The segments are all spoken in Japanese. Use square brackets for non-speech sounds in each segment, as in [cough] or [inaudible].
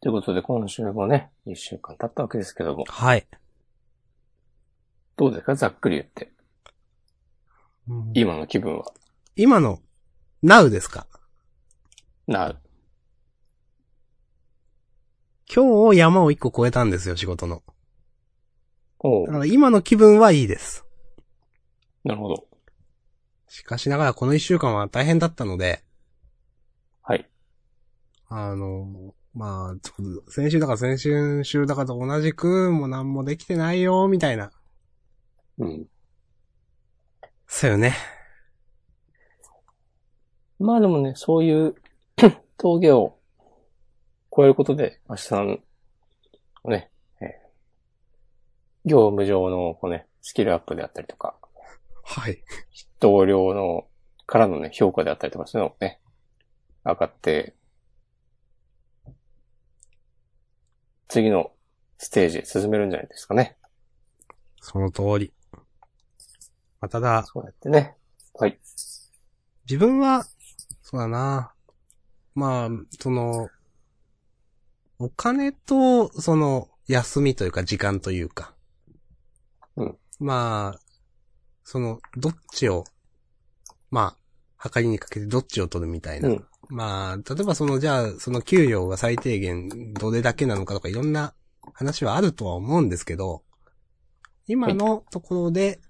ということで、今週もね、一週間経ったわけですけども、はい。どうですかざっくり言って。今の気分は。今の、Now ですかなる。今日山を一個越えたんですよ、仕事の。おうだから今の気分はいいです。なるほど。しかしながらこの一週間は大変だったので、はい。あの、まあ、ちょっと先週だから先々週だからと同じく、もう何もできてないよ、みたいな。うん。そうよね。まあでもね、そういう [coughs] 峠を越えることで、明日さんのね、えー業務上のこう、ね、スキルアップであったりとか、はい。同僚の、からのね、評価であったりとかそういうのもね、上がって、次のステージへ進めるんじゃないですかね。その通り。まあ、ただ、そうやってね。はい。自分は、そうだな。まあ、その、お金と、その、休みというか、時間というか。うんまあ、その、どっちを、まあ、測りにかけてどっちを取るみたいな。うんまあ、例えばその、じゃあ、その給料が最低限どれだけなのかとか、いろんな話はあるとは思うんですけど、今のところで、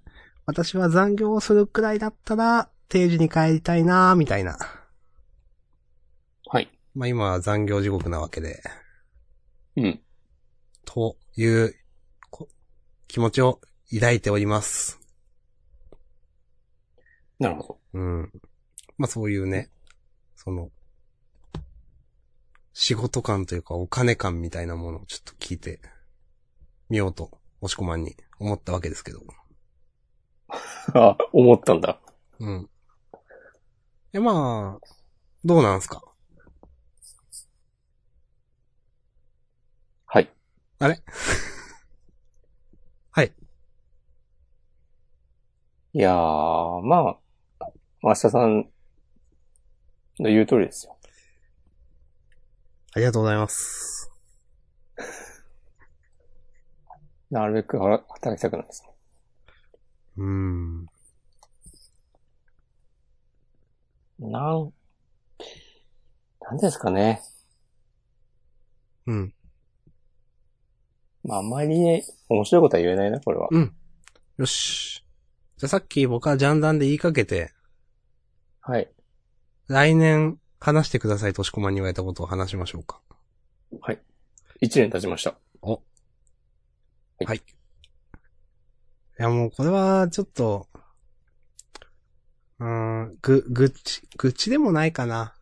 私は残業をするくらいだったら、定時に帰りたいなーみたいな。はい。まあ今は残業地獄なわけで、うん。という、こ気持ちを抱いております。なるほど。うん。まあそういうね、その、仕事感というかお金感みたいなものをちょっと聞いてみようと、押し込まんに思ったわけですけど。あ、思ったんだ。うん。え、まあ、どうなんすかはい。あれはい。いやー、まあ、明日さんの言う通りですよ。ありがとうございます。なるべくは働きたくないですね。うん。なん、なんですかね。うん。まあ、あまりね、面白いことは言えないな、これは。よし。じゃあさっき僕はジャンダンで言いかけて、はい。来年話してくださいとしこまんに言われたことを話しましょうか。一年経ちました。はい。いや、もうこれは、ちょっと、うーん、ぐ、ぐっち、愚痴でもないかな。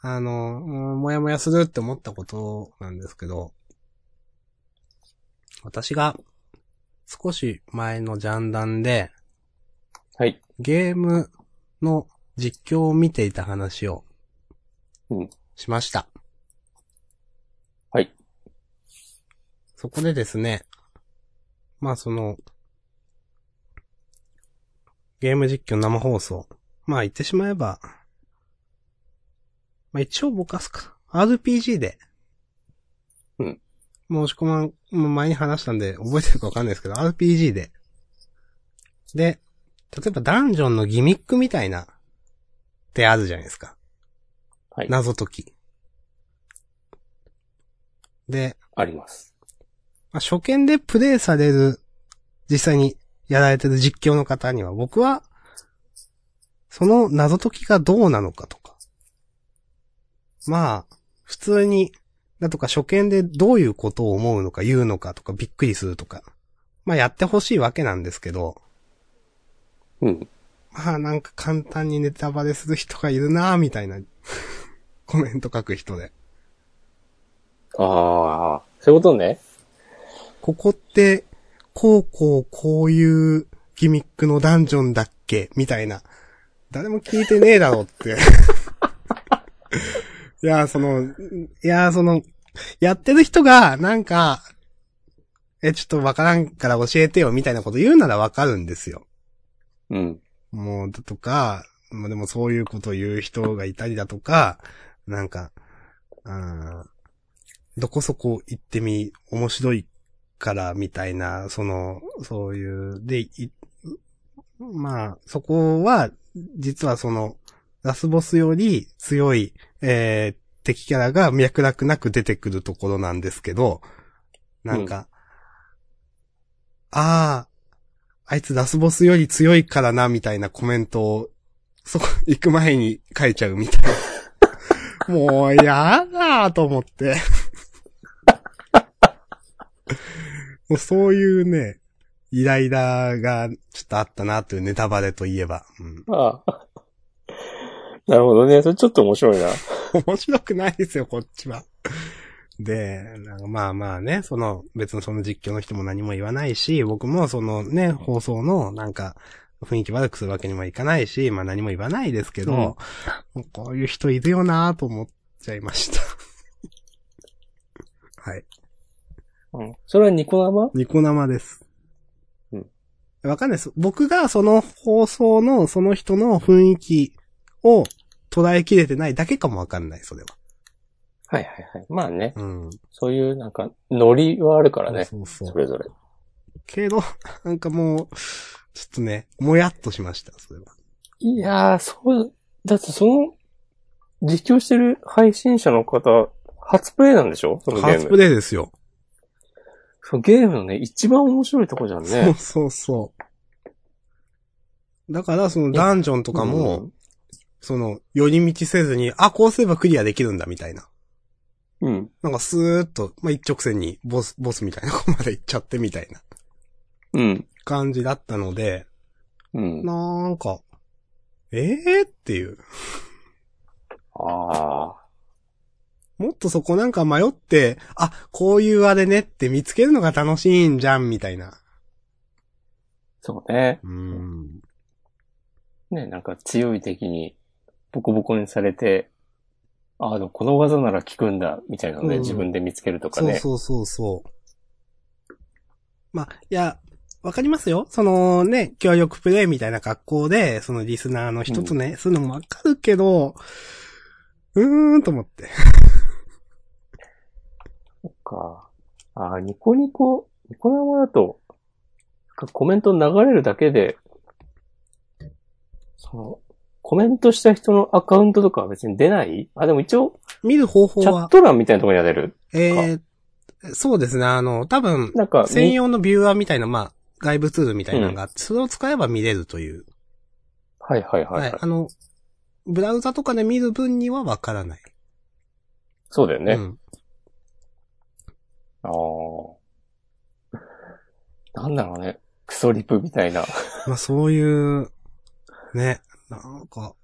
あの、うんもやもやするって思ったことなんですけど、私が、少し前のジャンダンで、はい。ゲームの実況を見ていた話をうん。しました。はい。そこでですね、まあその、ゲーム実況生放送。まあ言ってしまえば、まあ一応ぼかすか。RPG で。うん。もう押し込まん、もう前に話したんで覚えてるかわかんないですけど、RPG で。で、例えばダンジョンのギミックみたいな、ってあるじゃないですか。はい。謎解き。で、あります。まあ、初見でプレイされる、実際にやられてる実況の方には、僕は、その謎解きがどうなのかとか。まあ、普通に、だとか初見でどういうことを思うのか言うのかとかびっくりするとか。まあやってほしいわけなんですけど、うん。まあなんか簡単にネタバレする人がいるなぁみたいな [laughs] コメント書く人で。ああ、そういうことね。ここって、こうこうこういうギミックのダンジョンだっけみたいな。誰も聞いてねえだろって。 [laughs] いや、その、いや、その、やってる人が、なんか、え、ちょっとわからんから教えてよ、みたいなこと言うならわかるんですよ。うん。もう、だとか、まあでもそういうことを言う人がいたりだとか、なんか、あーどこそこ行ってみ、面白いから、みたいな、その、そういう、で、いまあ、そこは、実はその、ラスボスより強い、えー敵キャラが脈絡なく出てくるところなんですけど、なんか、ああ、あいつラスボスより強いからな、みたいなコメントを、そこ、行く前に書いちゃうみたいな。もう、やだーと思って。もうそういうね、イライラがちょっとあったなというネタバレといえば。うんああ。 [laughs] なるほどね。それちょっと面白いな。面白くないですよ、こっちは。で、なんかまあまあね、その、別にその実況の人も何も言わないし、僕もそのね、放送のなんか、雰囲気悪くするわけにもいかないし、まあ何も言わないですけど、うんもうこういう人いるよなぁと思っちゃいました。 [laughs] はい。うん。それはニコ生ニコ生です。うん。わかんないです。僕がその放送のその人の雰囲気を捉えきれてないだけかもわかんない、それは。はいはいはい。まあね。うん。そういうなんか、ノリはあるからね。そうそうそれぞれ。けど、なんかもう、ちょっとね、もやっとしました、それは。いやー、そう、だってその、実況してる配信者の方、初プレイなんでしょそのゲ初ープム。レイですよ。そのゲームのね、一番面白いとこじゃんそうね。そうそう。だから、そのダンジョンとかも、その、寄り道せずに、あ、こうすればクリアできるんだ、みたいな。うん、うん。なんかスーッと、まあ、一直線に、ボス、ボスみたいなとこまで行っちゃって、みたいなうん。感じだったので、うん。なんか、えーっていう。ああ。もっとそこなんか迷って、あ、こういうあれねって見つけるのが楽しいんじゃん、みたいな。そうね。うん。ね、なんか強い敵に、ボコボコにされて、ああ、でもこの技なら効くんだ、みたいなのね、うん自分で見つけるとかね。そうそうそうそう。まあ、いや、わかりますよ。そのね、協力プレイみたいな格好で、そのリスナーの人とね、するのもわかるけど、うーんと思って。か。ああ、ニコニコ、ニコ生だと、なんかコメント流れるだけで、その、コメントした人のアカウントとかは別に出ないあ、でも一応、見る方法チャッは、ト欄みたいなところには出る。えー、そうですね、あの、多分、なんか、専に用のビューアーみたいな、まあ、外部ツールみたいなのがあって、それを使えば見れるという。はいはいはい、ははいい。あの、ブラウザとかで見る分にはわからない。そうだよね。うん。ああ。なんだろうね。クソリプみたいな。まあそういう、ね、なんか、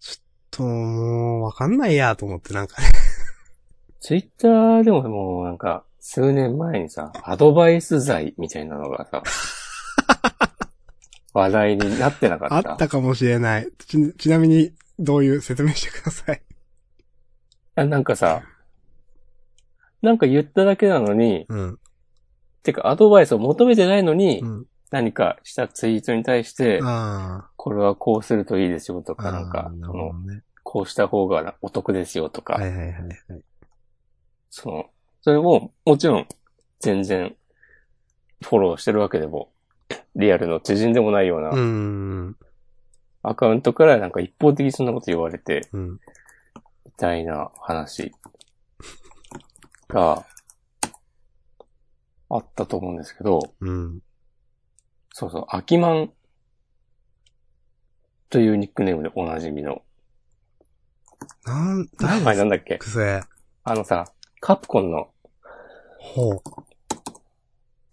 ちょっともうわかんないやと思ってなんかね。ツイッターでももうなんか、数年前にさ、アドバイス罪みたいなのが [laughs] さ、話題になってなかあったかもしれない。ち、ちなみに、どういう説明してください。あ、なんかさ、なんか言っただけなのに、うん。てかアドバイスを求めてないのに、うん。何かしたツイートに対して、ああ。これはこうするといいですよとか、なんあかー、なそるほのど、ね。こうした方がお得ですよとか、はいはいはいはい。その、それも、もちろん、全然、フォローしてるわけでも、リアルの知人でもないよううー。なんアカウントからなんか一方的にそんなこと言われて、うん。みたいな話があったと思うんですけど、うん。そうそう、アキマンというニックネームでおなじみの。なん、名前なだんだっけくせ。あのさ、カプコンのほう。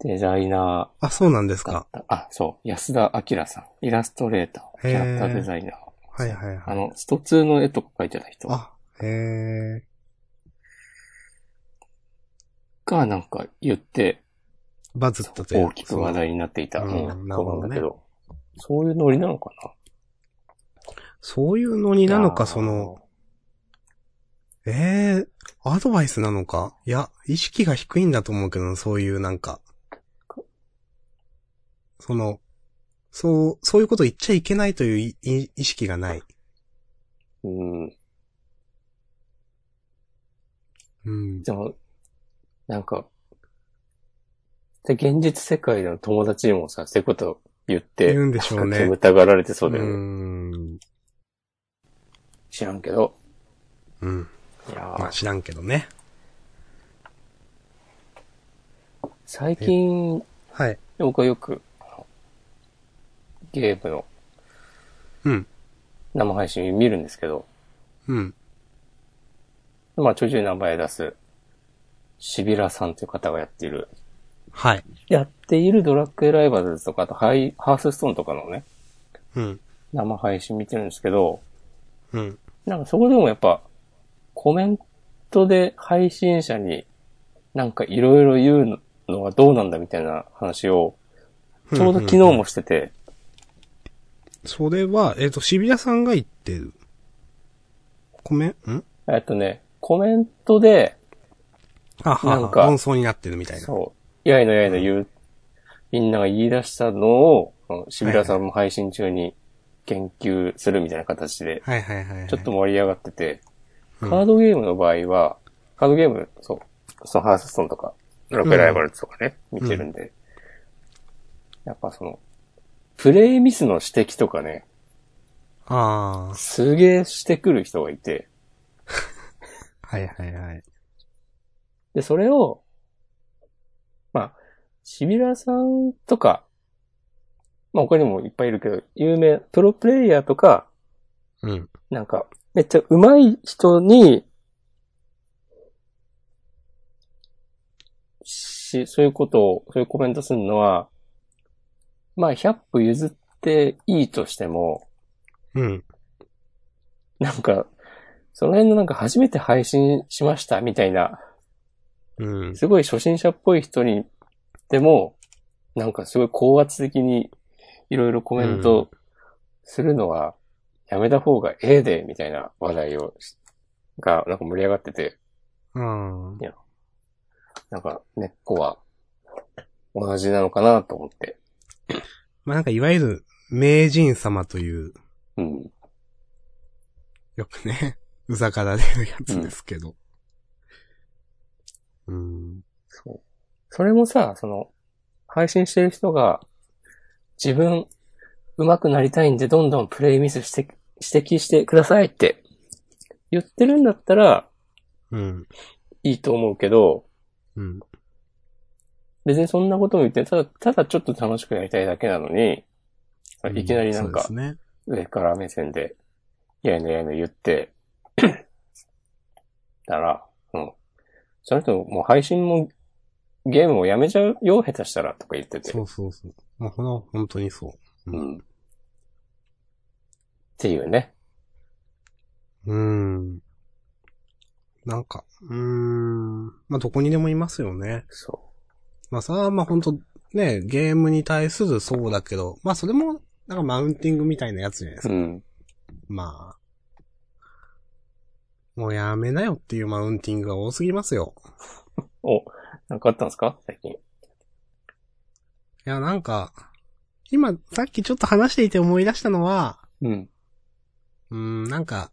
デザイナあ、そうなんですーだった。か。あ、そう、安田明さん。イラストレーター、キへーャラクターデザイナー。はいはいはあい。の、スト2の絵とか描いてた人あ、へえ。がなんか言って、バズったという。大きく話題になっていたううんんなとるほ思うどねんだけど、そういうノリなのかなそういうのになのいか、やーその、ええアドバイスなのかいや、意識が低いんだと思うけど、そういうなんか。その、そう、そういうこと言っちゃいけないといういい意識がない。うん。うん。でも、なんか、で現実世界の友達にもさ、そういうこと言って、言うんでしょうねかぶたがられてそうだよね。ん。知らんけど。うん。いやーまあ知らんけどね。最近、はい。僕はよく、あのゲームのうん。生配信見るんですけど、うん。まあちょいちょい名前出す、シビラさんという方がやっている、はい。やっているドラッグエライバーズとか、あとハイ、ハースストーンとかのね、うん。生配信見てるんですけど、うん。なんかそこでもやっぱ、コメントで配信者になんかいろいろ言うのはどうなんだみたいな話を、ちょうど昨日んんん。もしてて、それは、えっ、と、渋谷さんが言ってる。コメンんえっとね、コメントで、あはなんはか論争になってるみたいな。そう。やいのやいの言う、みんなが言い出したのを、しびらさんも配信中に研究するみたいな形で、はいはいはい、はい。ちょっと盛り上がってて、うんカードゲームの場合は、カードゲーム、そう、そのハースストーンとか、ドラクエライバルズとかね、見てるんで、やっぱその、プレイミスの指摘とかね、ああ。すげえしてくる人がいて、はいはいはい。で、それを、まあ、シビラさんとか、まあ他にもいっぱいいるけど、有名、プロプレイヤーとか、うん。なんか、めっちゃ上手い人に、し、そういうことを、そういうコメントするのは、まあ、100歩譲っていいとしても、うん。なんか、その辺のなんか初めて配信しましたみたいなうん。すごい初心者っぽい人にでも、なんかすごい高圧的にいろいろコメントするのはやめた方がええで、みたいな話題をし、が、なんか盛り上がってて、うん。なんか根っこは同じなのかなと思って。まあなんかいわゆる名人様という、うん。よくね、 [laughs] うざかられるやつですけど。うん。そう。それもさ、その、配信してる人が、自分、上手くなりたいんで、どんどんプレイミスして、指摘してくださいって言ってるんだったら、うん。いいと思うけど、うん。別にそんなことも言ってない、ただ、ただちょっと楽しくやりたいだけなのに、いきなりなんかそう、ですね。上から目線で、いやいやいやいや言って、たら、うん。その人、もう配信も、ゲームをやめちゃうよ、下手したら、とか言ってて。そうそうそう。まあほの、本当にそうう。ん。っていうね。うーん。なんか、うーん。まあ、どこにでもいますよね。そまあ、それはまあ、本当ね、ゲームに対するそうだけど、まあ、それも、なんかマウンティングみたいなやつじゃないですう。か。うん。まあ。もうやめなよっていうマウンティングが多すぎますよ。お、なんかあったんですか最近。いや、なんか、今、さっきちょっと話していて思い出したのは、うん。うーん、なんか、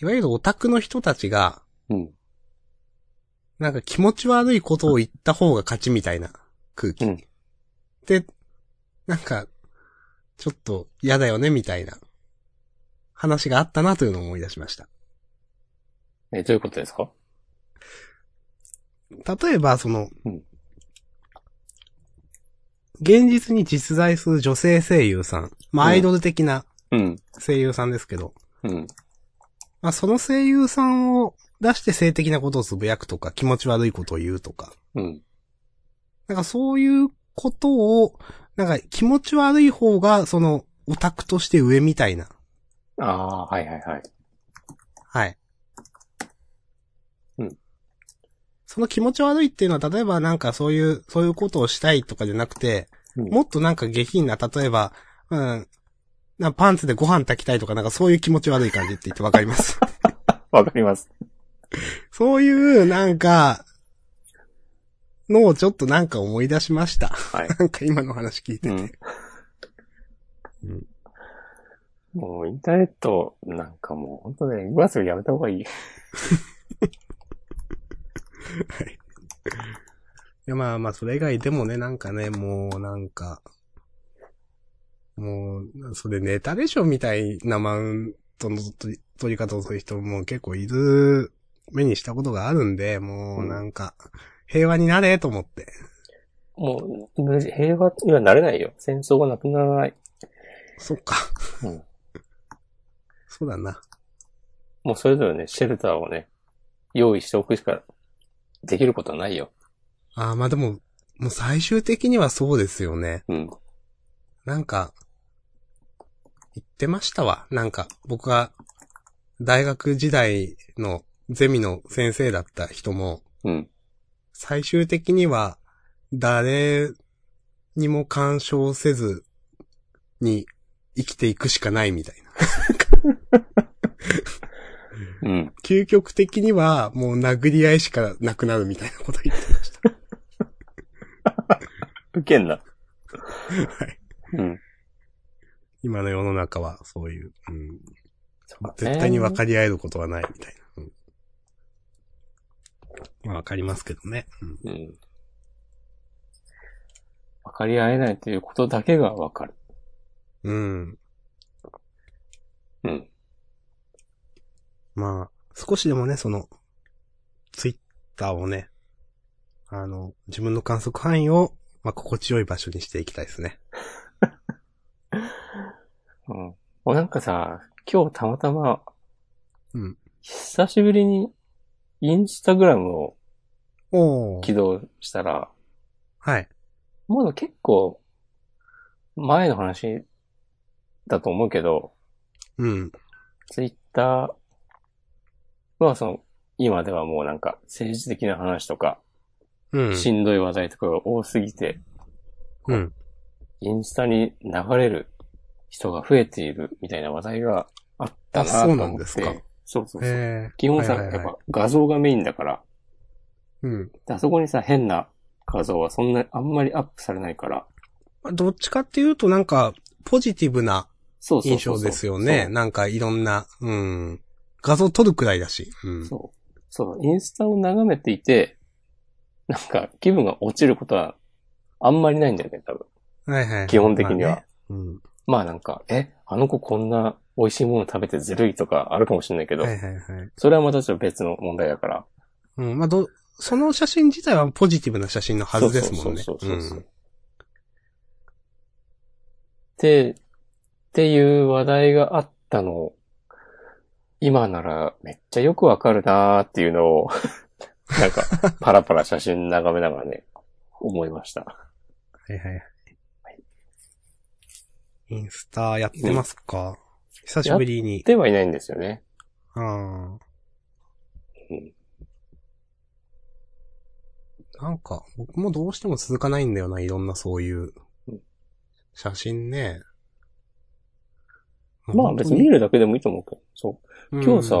いわゆるオタクの人たちが、うん。なんか気持ち悪いことを言った方が勝ちみたいな空気。うんで、なんか、ちょっと嫌だよねみたいな話があったなというのを思い出しました。え、どういうことですか例えば、その、うん現実に実在する女性声優さん。まあ、うんアイドル的なうん。声優さんですけど、うん。まあ、その声優さんを出して性的なことをつぶやくとか、気持ち悪いことを言うとか、うん。なんかそういうことを、なんか気持ち悪い方が、その、オタクとして上みたいな。ああ、はいはいはい。はい。うん。その気持ち悪いっていうのは、例えばなんかそういう、そういうことをしたいとかじゃなくて、うんもっとなんか下品な、例えば、うん、なんかパンツでご飯炊きたいとか、なんかそういう気持ち悪い感じって言ってわかります。わかります。そういう、なんか、のをちょっとなんか思い出しま [laughs] した。はい。なんか今の話聞いてて。うん。もうインターネットなんかもう、ほんとね、今すぐやめた方がいい。いや、まあまあ、それ以外でもね、なんかね、もう、なんか、もう、それネタでしょみたいなマウントの取り取り方をする人も結構いる、目にしたことがあるんで、もう、なんか、平和になれと思って。もう、無事平和にはなれないよ。戦争がなくならない。そっか。うんそうだな。もうそれぞれね、シェルターをね、用意しておくしかできることはないよ。ああ、まあでも、もう最終的にはそうですよね。うん。なんか、言ってましたわ。なんか、僕が、大学時代のゼミの先生だった人も、うん。最終的には、誰にも干渉せずに生きていくしかないみたいな。うん。究極的には、もう殴り合いしかなくなるみたいなこと言ってました。受けんな。はい。うん。今の世の中は、そういう、うん、そうだね絶対に分かり合えることはないみたいな。うんまあ、分かりますけどね。うんうん。分かり合えないということだけがわかる。うん。うん。まあ、少しでもね、その、ツイッターをね、あの、自分の観測範囲を、まあ、心地よい場所にしていきたいですね。うん。もうなんかさ、今日たまたま、うん。久しぶりに、インスタグラムをおー起動したら、はい。まだ結構、前の話だと思うけど、うん。ツイッターはその、今ではもうなんか政治的な話とか、うん。しんどい話題とかが多すぎて、うん。インスタに流れる人が増えているみたいな話題があったなと思って。あそうなんですかそうそうそう。えー基本さ、はいはいやっはいぱ画像がメインだから、うん。であそこにさ、変な画像はそんな、あんまりアップされないから、まあどっちかっていうと、なんか、ポジティブなそうそう印そう象そうですよね。なんか、いろんな、うん。画像撮るくらいだし。う。そうんそう。そう、インスタを眺めていて、なんか気分が落ちることはあんまりないんだよね、多分。はいはい。基本的にはまあねうん。まあなんか、え、あの子こんな美味しいもの食べてずるいとかあるかもしれないけど、はいはいはい。それはまたちょっと別の問題だから。うん、まあ、ど、その写真自体はポジティブな写真のはずですもんね。そうそうそうそうそうう。んで、っていう話題があったのを、今ならめっちゃよくわかるなーっていうの [laughs] を、なんか、パラパラ写真眺めながらね、思いました。はいはいはい。インスタやってますか、久しぶりに。ではいないんですよね。あーうんなんか、僕もどうしても続かないんだよな、いろんなそういううん。写真ね。まあ別に見るだけでもいいと思うけど、そう。うん、今日さ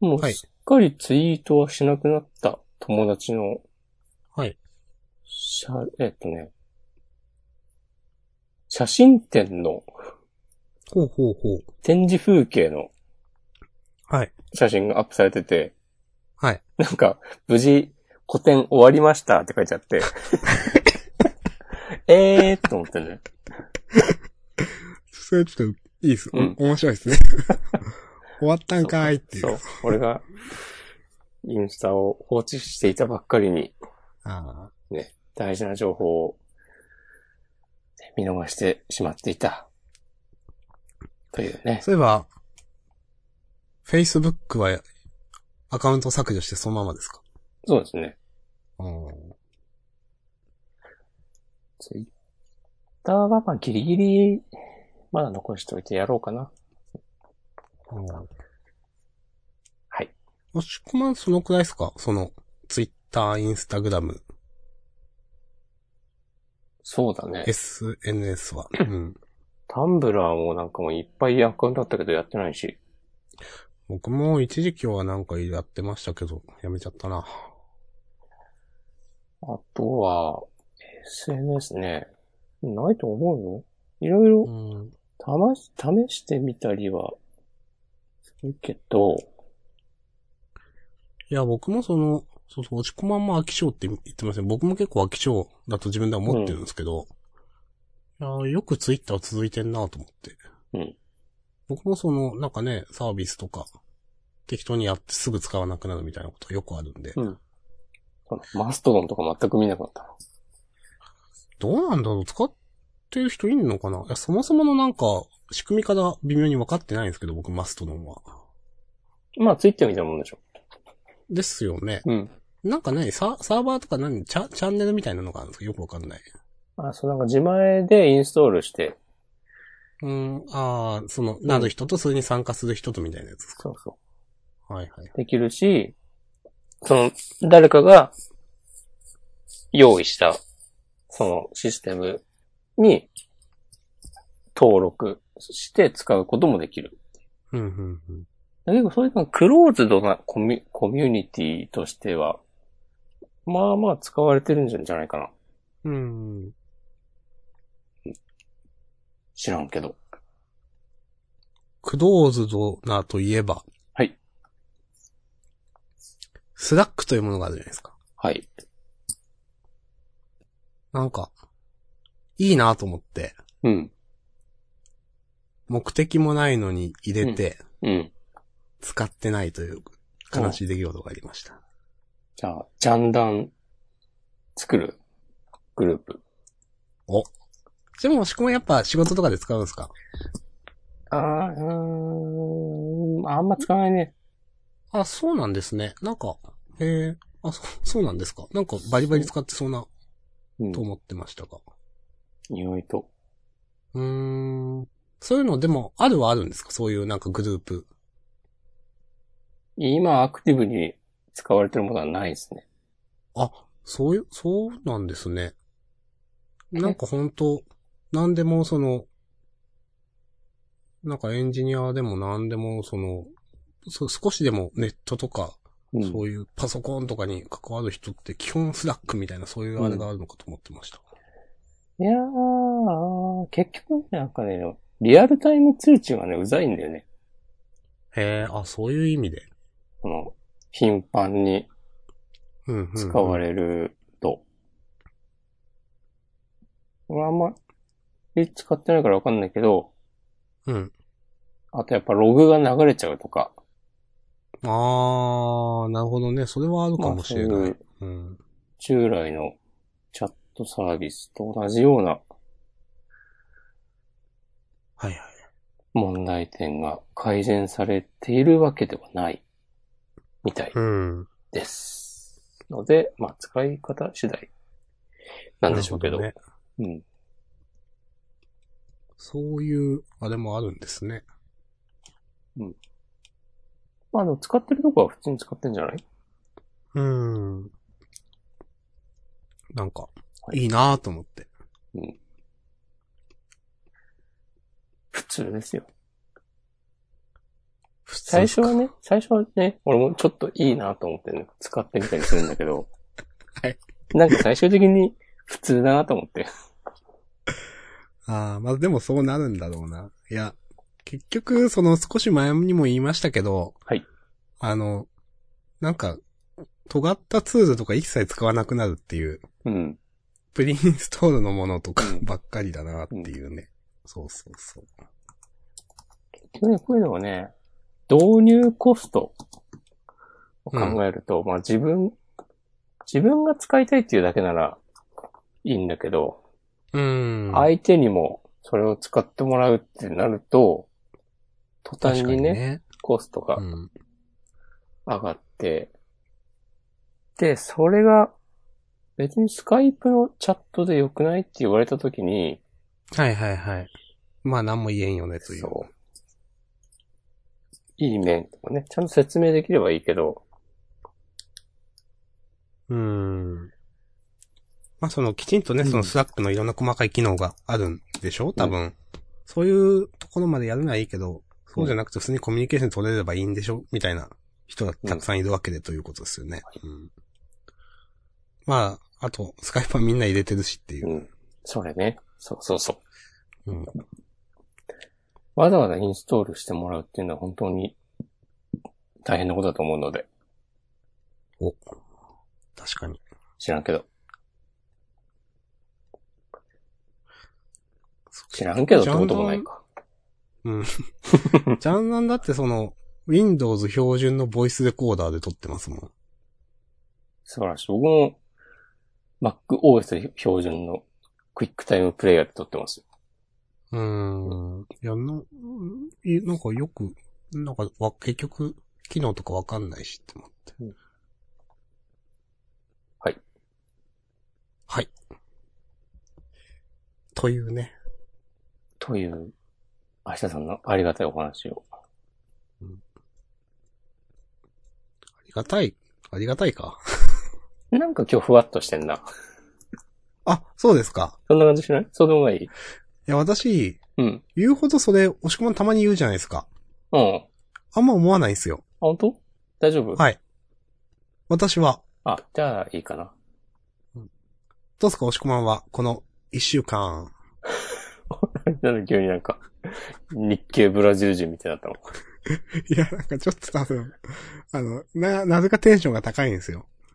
もはういすっかりツイートはしなくなった友達の、はい。写、えっとね、写真展のほうほうほう。展示風景のはい。写真がアップされてて、はい。なんか、無事、個展終わりましたって書いてあ [laughs] って、えーっと思ってね。それちょっと、いいです。うんお面白いで [laughs] すね。終わったんかいっていう。そう。俺が、インスタを放置していたばっかりに、あ大事な情報をね見逃してしまっていた。というねあ。。そういえば、Facebook はアカウント削除してそのままですかそうですね。うん。ツイッターはまあギリギリまだ残しておいてやろうかな。はい。もしこまんそのくらいですかその、Twitter、Instagram、そうだね。[laughs] SNS は。うん。タンブラーもなんかもういっぱいアカウントあったけどやってないし。僕も一時期はなんかやってましたけど、やめちゃったな。あとは、SNS ね。ないと思うよ。いろいろうん。試たまし、試してみたりは、するけど、いや、僕もその、そうそう、落ち込まんま飽き性って言ってません。僕も結構飽き性だと自分では思ってるんですけど、いや、よくツイッター続いてんなと思って。うん僕もその、なんかね、サービスとか、適当にやってすぐ使わなくなるみたいなことよくあるんで、うんこのマストドンとか全く見なくなったな。どうなんだろう使ってる人いんのかないや、そもそものなんか、仕組みから微妙に分かってないんですけど、僕、マストドンは。まあ、ツイッターみたいなもんでしょ。ですよね。うん。なんかね、ササーバーとか何チャ、チャンネルみたいなのがあるんですかよくわかんない。あ、そう、なんか自前でインストールして、うん、ああ、その、なる人とそれに参加する人とみたいなやつですか、そうそはいはい。う、できるし、その、誰かが用意した、そのシステムに登録して使うこともできる。うん、うん、うん。だけど、そういうのクローズドなコミュコミュニティとしては、まあまあ使われてるんじゃないかな。うん。知らんけど。クローズドなといえば。はい。スラックというものがあるじゃないですか。はい。なんか、いいなと思って、うん。目的もないのに入れて、うん。使ってないという悲しい出来事がありました。じゃあ、ジャンダン作るグループ。でも、しくもやっぱ仕事とかで使うんですかああ、うーん、あんま使わないね。あ、そうなんですね。なんか、へえ、あ、そ、 [laughs] そうなんですか。なんかバリバリ使ってそうな、うんと。思ってましたが。匂いと。うーん。そういうのでも、あるはあるんですかそういうなんかグループ。今、アクティブに使われてるものはないですね。あ、そういう、そうなんですね。なんか本当なんでもその、なんかエンジニアでもなんでもその、そ少しでもネットとか、うんそういうパソコンとかに関わる人って基本スラックみたいなそういうあれがあるのかと思ってました。いやー、結局、なんかね、リアルタイム通知がね、うざいんだよね。へえ、あ、そういう意味で。この、頻繁にうんうん、うん。使われると。俺あんまり使ってないからわかんないけど、うん。あとやっぱログが流れちゃうとか、あー、なるほどね。それはあるかもしれまあそう。ないいううん。従来のチャットサービスと同じようなはいはい。問題点が改善されているわけではないみたいうん。です。ので、まあ、使い方次第なんでしょうけど。なるほねうん。そういう、あれもあるんですね。まあ、でも使ってるとこは普通に使ってんじゃないうん。なんか、はいいいなぁと思って。普通ですよ。普通最に初はね、最初はね、俺もちょっといいなと思って、ね、使ってみたりするんだけど。 [laughs] はい。なんか最終的に普通だなと思って。ああ、まあでもそうなるんだろうな。いや、結局、その少し前にも言いましたけど、はい。あの、なんか、尖ったツールとか一切使わなくなるっていう、うん。プリインストールのものとかうんばっかりだなっていうね。そうそうそう。ねこういうのはね、導入コストを考えると、まあ自分、自分が使いたいっていうだけならいいんだけど、うん。相手にもそれを使ってもらうってなると、途端にね、コストがうん。上がって、で、それが、別にスカイプのチャットで良くないって言われたときに、はいはいはい。まあ何も言えんよねという。そう。いい面とかね、ちゃんと説明できればいいけど、うーん。まあそのきちんとね、うんそのスラックのいろんな細かい機能があるんでしょ多分、そういうところまでやるのはいいけど、そうじゃなくて普通にコミュニケーション取れればいいんでしょみたいな人がたくさんいるわけでということですよね。うん。まあ、あと、スカイプはみんな入れてるしっていうう。ん。それね。そうそうそう。うん。わざわざインストールしてもらうっていうのは本当に大変なことだと思うので、お。確かに。知らんけど。知らんけどってこともないか。ジャンナンだってその、Windows 標準のボイスレコーダーで撮ってますもん。素晴らしい。僕も MacOS 標準のクイックタイムプレイヤーで撮ってますよ。うーん。いや、な、いなんかよく、なんかわ、結局、機能とかわかんないしって思って。はい。はい。というね。という、明日さんのありがたいお話を。ありがたい。ありがたいか。なんか今日ふわっとしてんな。あ、そうですか。そんな感じしないそうでもないいや、私、うん。言うほどそれ、押し込まんたまに言うじゃないですか。うん。あ、あんま思わないんですよ。本当大丈夫はい私は。あ、じゃあいいかな。どうすか、押し込まんは、この一週間。なんで急になんか、日系ブラジル人みたいになったのいや、なんかちょっとあの、あの、な、なぜかテンションが高いんですよ。ち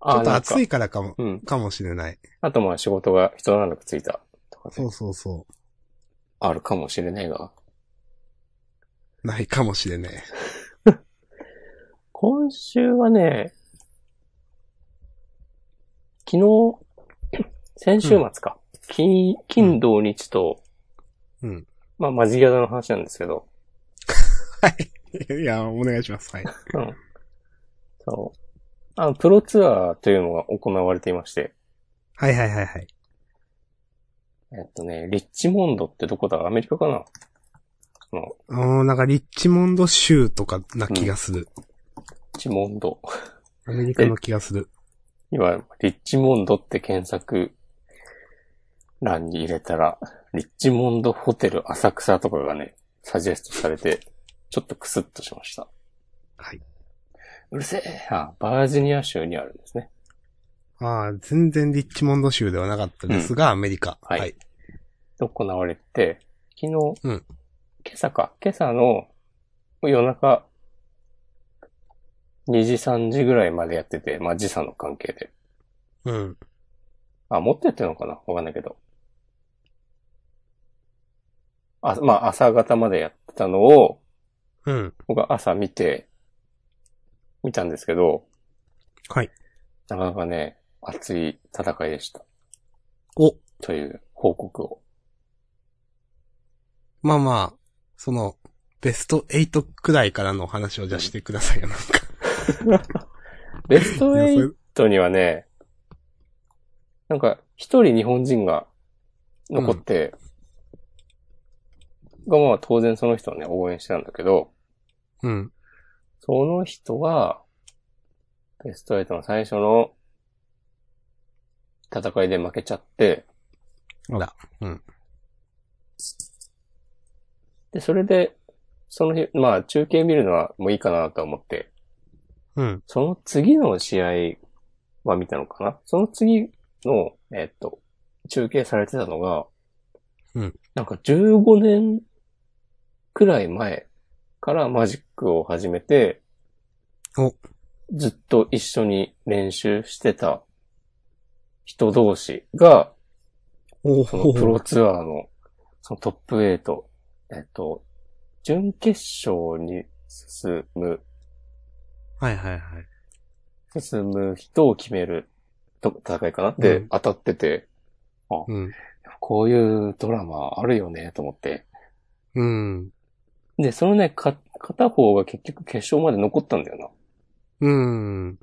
あょっと暑。なんいからかも、かうん。かもしれない。あとまあ仕事が一段落ついたとかそねうそうそあるかもしれないが。う。ないかもしれない。 [laughs] 今週はね、昨日、先週末か。金、金土日と、うん。まあマジギャザの話なんですけど、いや、お願いします。はい。うん。そう。あの、プロツアーというのが行われていまして、はいはいはいはい。えっとね、リッチモンドってどこだアメリカかなその、うーん、なんかリッチモンド州とかな気がする。リッチモンド。アメリカの気がする。今、リッチモンドって検索欄に入れたら、リッチモンドホテル浅草とかがね、サジェストされて、ちょっとクスッとしました。はい。うるせえあ、バージニア州にあるんですね。ああ、全然リッチモンド州ではなかったですが、アメリカ。はいで行われて、昨日、うん今朝か、今朝の夜中、2時3時ぐらいまでやってて、まあ時差の関係で。うん。あ、持ってってるのかなわかんないけど。あ、まあ、朝方までやってたのを、うん。僕は朝見て、見たんですけど、はい。なかなかね、熱い戦いでした。お、という報告を。まあまあ、その、ベスト8くらいからのお話をじゃあしてくださいよ、なんか。ベストいやそれ8にはね、なんか、一人日本人が残って、がまあ当然その人をね、応援してたんだけど、うん。その人は、ベスト8の最初の戦いで負けちゃって、ほら。で、それで、その日、まあ中継見るのはもういいかなと思って、うん。その次の試合は見たのかなその次の、えっと、中継されてたのが、うんなんか15年くらい前からマジックを始めて、おずっと一緒に練習してた人同士が、おそのプローツアーの、そのトップ8、えっと、準決勝に進むはいはいはい。進む人を決めると戦いかなで、うん当たってて、うん。こういうドラマあるよね、と思って。うん。で、そのね、か、片方が結局決勝まで残ったんだようん。 [laughs]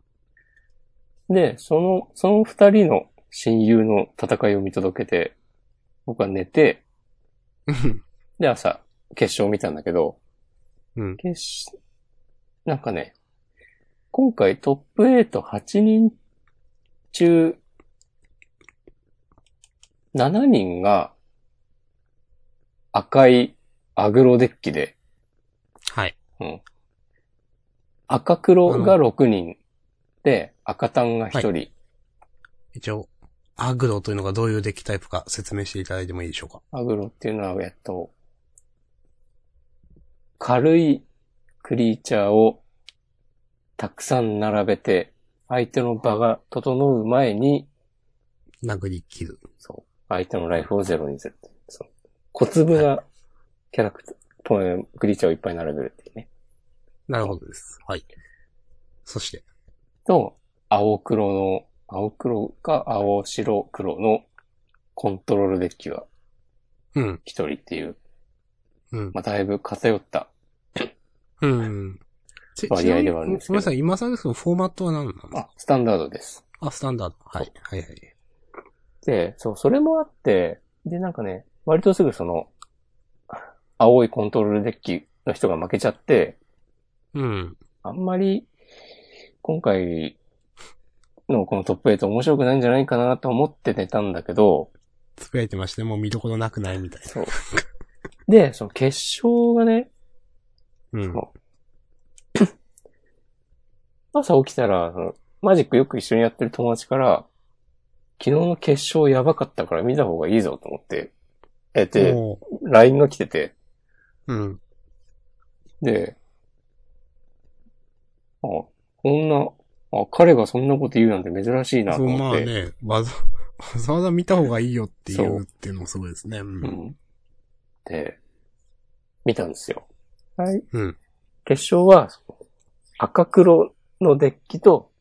な。で、その、その二人の親友の戦いを見届けて、僕は寝て、うんで、朝、決勝を見たんだけど、うん。決し、なんかね、今回トップ8、8人中、7人が赤いアグロデッキで、はい。うん、赤黒が6人で、赤単が1人、一応、アグロというのがどういうデッキタイプか説明していただいてもいいでしょうか。アグロっていうのは、えっと、軽いクリーチャーをたくさん並べて、相手の場が整う前に、殴り切る。そう。相手のライフをゼロにするっていう。そう。小粒なキャラクター、ポエクリーチャーをいっぱい並べるっていうね。なるほどです。はい。そして、と、青黒の、青黒か青白黒のコントロールデッキはうん、一人っていう、うん。まあ、だいぶ偏った。うん。ち割合ではあるんですけどごめんなさい、今更ですけど、フォーマットは何なのあ、スタンダードです。あ、スタンダード。はい。はいはい。で、そう、それもあって、で、なんかね、割とすぐその、青いコントロールデッキの人が負けちゃって、うん。あんまり、今回のこのトップ8面白くないんじゃないかなと思って寝たんだけど、つぶやいてまして、もう見どころなくないみたいそう。で、その決勝がね、な。うん。朝起きたら、そのマジックよく一緒にやってる友達から、昨日の決勝やばかったから見た方がいいぞと思って、え、で、も LINE が来てて、う、うん。で、あ、こんな、あ、彼がそんなこと言うなんて珍しいなとそう、思まっあて。ね、わざ、わざわざ見た方がいいよっていそううっていうのもすごいですね。うう。んん。で、見たんですよ。はい。うん。決勝は、その赤黒のデッキと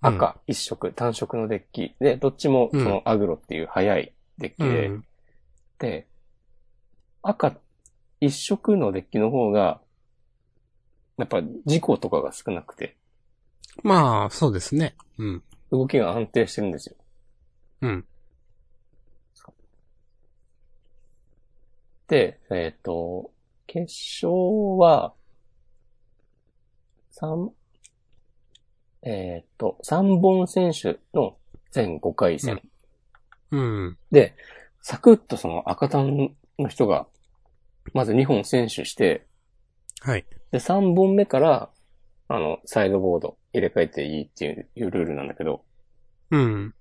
赤一色、単色のデッキで、どっちもそのアグロっていう速いデッキうで、ん。で、赤一色のデッキの方が、やっぱ事故とかが少なくて、まあ、そうですね。うん。動きが安定してるんですよ。うん。で、えっ、と、決勝は、三、えっ、と、三本選手の全5回戦。うんうん。で、サクッとその赤単の人が、まず2本選手して、はい。で、3本目から、あの、サイドボード入れ替えていいっていういうルールなんだけど、うん。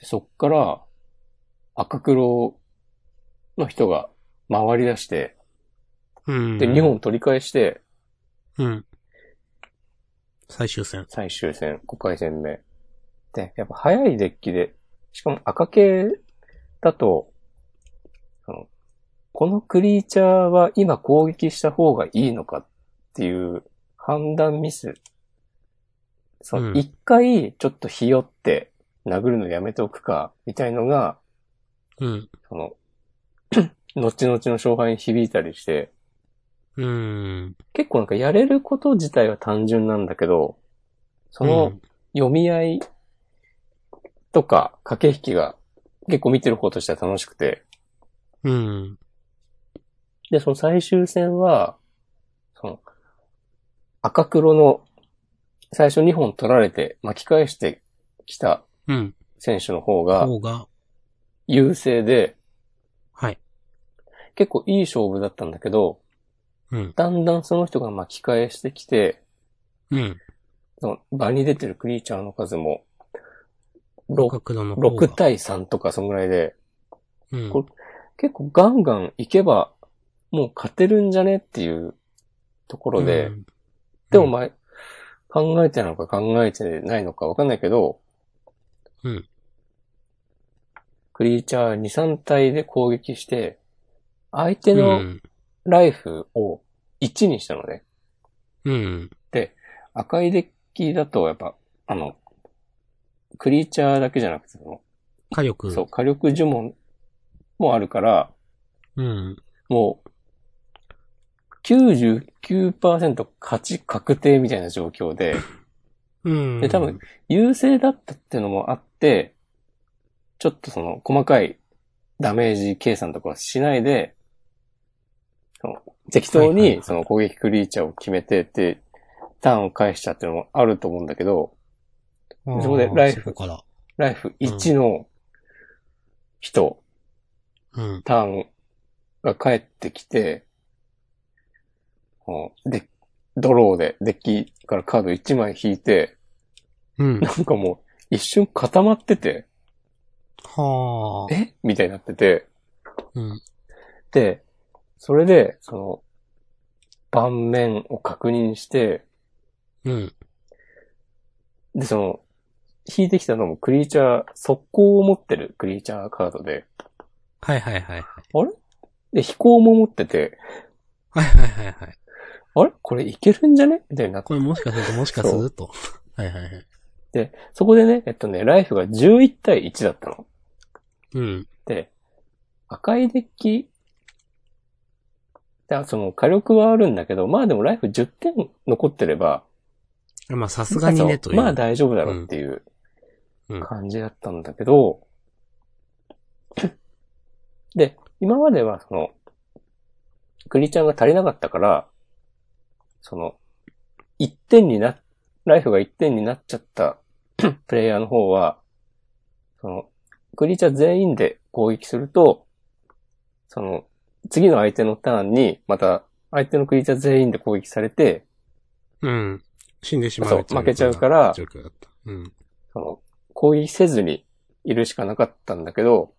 でそっから、赤黒の人が回り出して、うん。で、2本取り返して、うん。最終戦。最終戦、5回戦目。で、やっぱ早いデッキで、しかも赤系だと、そのこのクリーチャーは今攻撃した方がいいのかっていう判断ミス。そうのん一回ちょっとひよって殴るのやめておくか、みたいのが、うん。その、 [clears throat] 後々の勝敗に響いたりして、うん。結構なんかやれること自体は単純なんだけど、その、読み合いとか駆け引きが結構見てる方としては楽しくて、うん。で、その最終戦は、その、赤黒の最初2本取られて巻き返してきたうん。選手の方が方が、優勢で、はい。結構いい勝負だったんだけど、うん。だんだんその人が巻き返してきて、うん。その場に出てるクリーチャーの数も、六 6, 角度の方が。 6対3とかそんぐらいで、うん。こ結構ガンガン行けば、もう勝てるんじゃねっていうところで、うんでも前、考えてなのか考えてないのかわかんないけど、うんクリーチャー2、3体で攻撃して、相手うのんライフを1にしたのね。うん。赤いデッキだと、やっぱ、あの、クリーチャーだけじゃなくて、その火力。そう、火力呪文もあるから、うん。もう、99%勝ち確定みたいな状況 [laughs] で、うん。で多分、優勢だったってのもあって、ちょっとその、細かいダメージ計算とかはしないで、その適当はいはいはにいその攻撃クリーチャーを決めてって、ターンを返しちゃってのもあると思うんだけど、あー、そこでライフそこから。ライフ1の人、うん。ターンが帰ってきて、こうで、ドローでデッキからカード1枚引いて、うん。なんかもう一瞬固まってて、はあ。えみたいになってて、うん。で、それで、その、盤面を確認して、うん。で、その、引いてきたのもクリーチャー、速攻を持ってるクリーチャーカードで、はいはいはい。で、飛行も持ってて、はいはいはいはい。あれこれいけるんじゃねみたいになってこれもしかするともしかすると。はいはいはい。で、そこでね、えっとね、ライフが11対1だったの。うん。で、赤いデッキ、でその火力はあるんだけど、まあでもライフ10点残ってれば、まあさすがにねという。まあ大丈夫だろうっていううん感じだったんだけど、で、今まではその、クリちゃんが足りなかったから、その、1点にな、ライフが1点になっちゃった [clears throat] プレイヤーの方は、その、クリーチャー全員で攻撃すると、その、次の相手のターンに、また、相手のクリーチャー全員で攻撃されて、うん。死んでしまうそうってい負けちゃうから状況だった。うん。その、攻撃せずにいるしかなかったんだけど、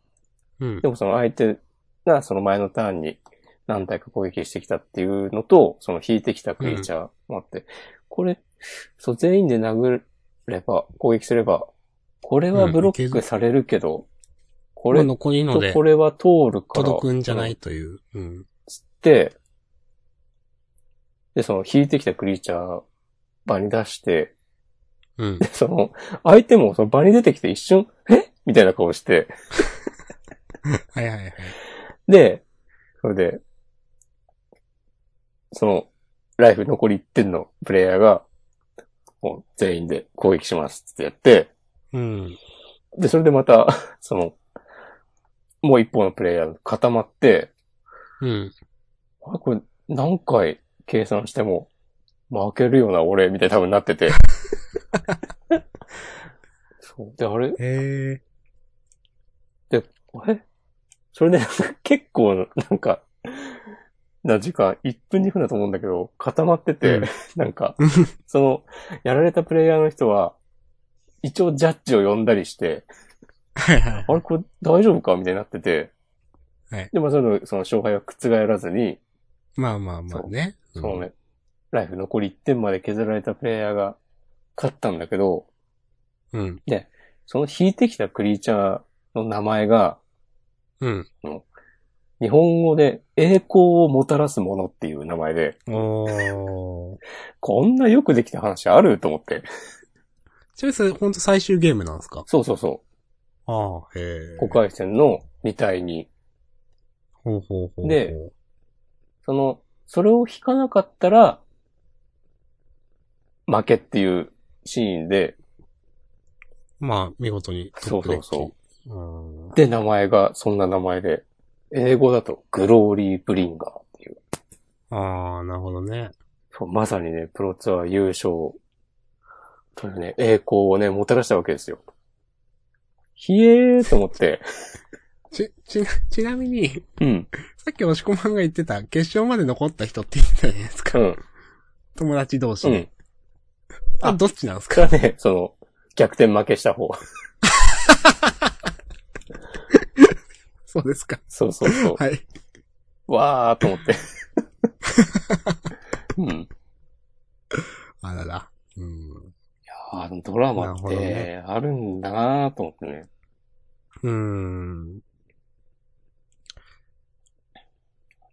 うんで。もその相手がその前のターンに何体か攻撃してきたっていうのと、その引いてきたクリーチャーもあって、これ、そう、全員で殴れば、攻撃すれば、これはブロックされるけど、ここれれ残りのとでこれは通るから。届くんじゃないという。うん。つって、で、その引いてきたクリーチャー場に出して、うん。でその相手もその場に出てきて一瞬、えみたいな顔して、はいはいはい。で、それで、その、ライフ残り1点のプレイヤーが、もう全員で攻撃しますってやって、うん。で、それでまた、 [laughs] その、もう一方のプレイヤーが固まって、うん。あこれ何回計算しても負けるよな、俺、みたいな多分なってて。そう。で、あれええ。あれそれでなんか [laughs] 結構、なんか、な時間、1分2分だと思うんだけど、固まってて、うん [laughs] なんか、その、やられたプレイヤーの人は、一応ジャッジを呼んだりして、はいはいあれこれ大丈夫かみたいになってて、はいで、まあその、その勝敗は覆らずに、まあまあまあね。そのね、ライフ残り1点まで削られたプレイヤーが勝ったんだけど、うん。その引いてきたクリーチャーの名前が、うん。日本語で栄光をもたらすものっていう名前で、うん。おー。こんなよくできた話あると思って。ちなみにそれほんと最終ゲームなんですかそうそうそああ、へえう。。5回戦の2対2。ほうほうほうほう。で、その、それを引かなかったら、負けっていうシーンで、まあ、見事にトップデッキ。そうそうそう。で、名前が、そんな名前で、英語だとグローリーブリンガーっていう。ああ、なるほどね。そう、まさにね、プロツアー優勝というね、栄光をね、もたらしたわけですよ。ひえーと思って。ち、ちな、ちなみに、うん。さっき押し込まんが言ってた、決勝まで残った人って言ってたじゃないですうか。 [laughs] ん。友達同士うで。ん。あ、あどっちなんですかから [laughs] ね、その、逆転負けした方。そうですか。そうそうそう。はい。わーと思って。 [laughs] うん。あらら。うん。あードラマなるっほどねて、あるんだなーと思ってね。うーん。い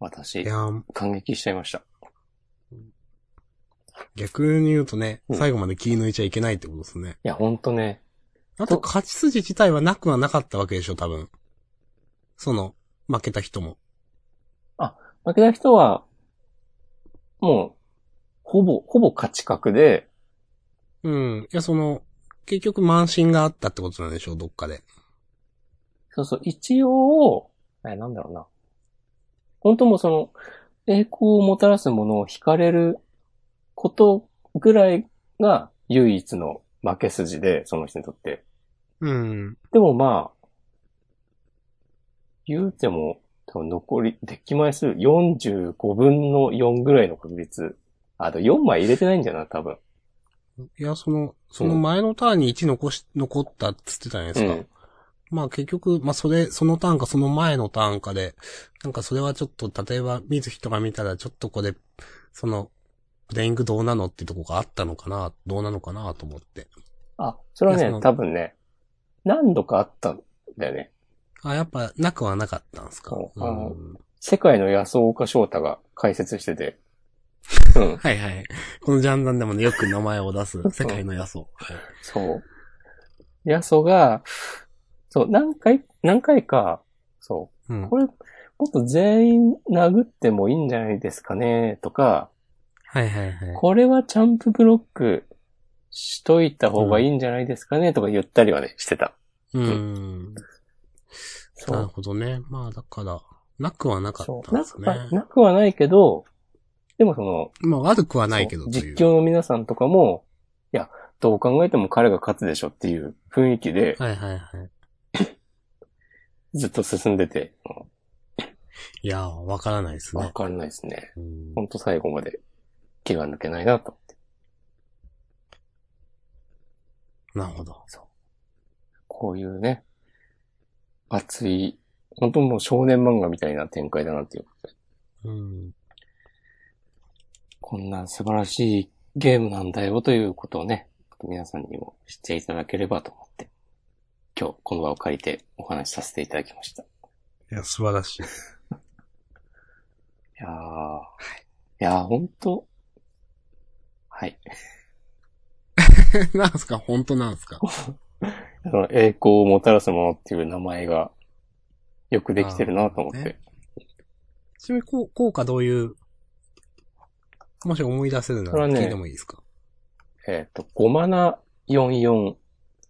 私、や、感激しちゃいました。逆に言うとね、うん最後まで気抜いちゃいけないってことですね。いや、ほんとね。あと、勝ち筋自体はなくはなかったわけでしょ、多分。その、負けた人も。負けた人は、もう、ほぼ、ほぼ勝ち格で、うん。いや、その、結局、満身があったってことなんでしょう、どっかで。そうそう、一応、え、なんだろうな。本当もうその、栄光をもたらすものを惹かれることぐらいが唯一の負け筋で、その人にとって。うん。でもまあ、言うても、多分残り、デッキ枚数45分の4ぐらいの確率。あと4枚入れてないんだよな、多分。いや、その、その前のターンに1残し、残ったっつってたじゃないですか。うんまあ結局、まあそれ、その単価、その前の単価で、なんかそれはちょっと、例えば見る人が見たら、ちょっとこれ、その、プレイングどうなのってとこがあったのかな、どうなのかなと思って。あ、それはいやそねの、多分ね、何度かあったんだよね。あ、やっぱ、なくはなかったんですか。そううあのん世界の安岡翔太が解説して [laughs] て。うん。はいはい。このジャンダンでもね、よく名前を出す、世界の野草。はいそう。ヤソが、そう、何回、何回か、そうう、ん。これ、もっと全員殴ってもいいんじゃないですかね、とか、はいはいはい。これはチャンプブロックしといた方がいいんじゃないですかね、とか言ったりはね、してた。うん。そなるう。ほどね。まあだから、なくはなかっそたう。んなですくね。はなくはないけど、でもその、まあ悪くはないけどそうという。実況の皆さんとかも、いや、どう考えても彼が勝つでしょっていう雰囲気ではいはいはい。ずっと進んでて、いやー、わからないですわね。かんないですね。うんほんと最後まで気が抜けないなと。なるほど。こういうね、熱い、本当もう少年漫画みたいな展開だなっていう。うん。こんな素晴らしいゲームなんだよということをね、皆さんにも知っていただければと思って、今日この場を借りてお話しさせていただきました。いいや、素晴らしい。やー、いやーほんと、はい。 [laughs] なんすか本当なんすかその栄光をもたらすものっていう名前がよくできてるなと思っあーて。ちなみに、こう、効果どういう、もし思い出せるなそれらはね聞いてもいいですかえっ、と、5マナ44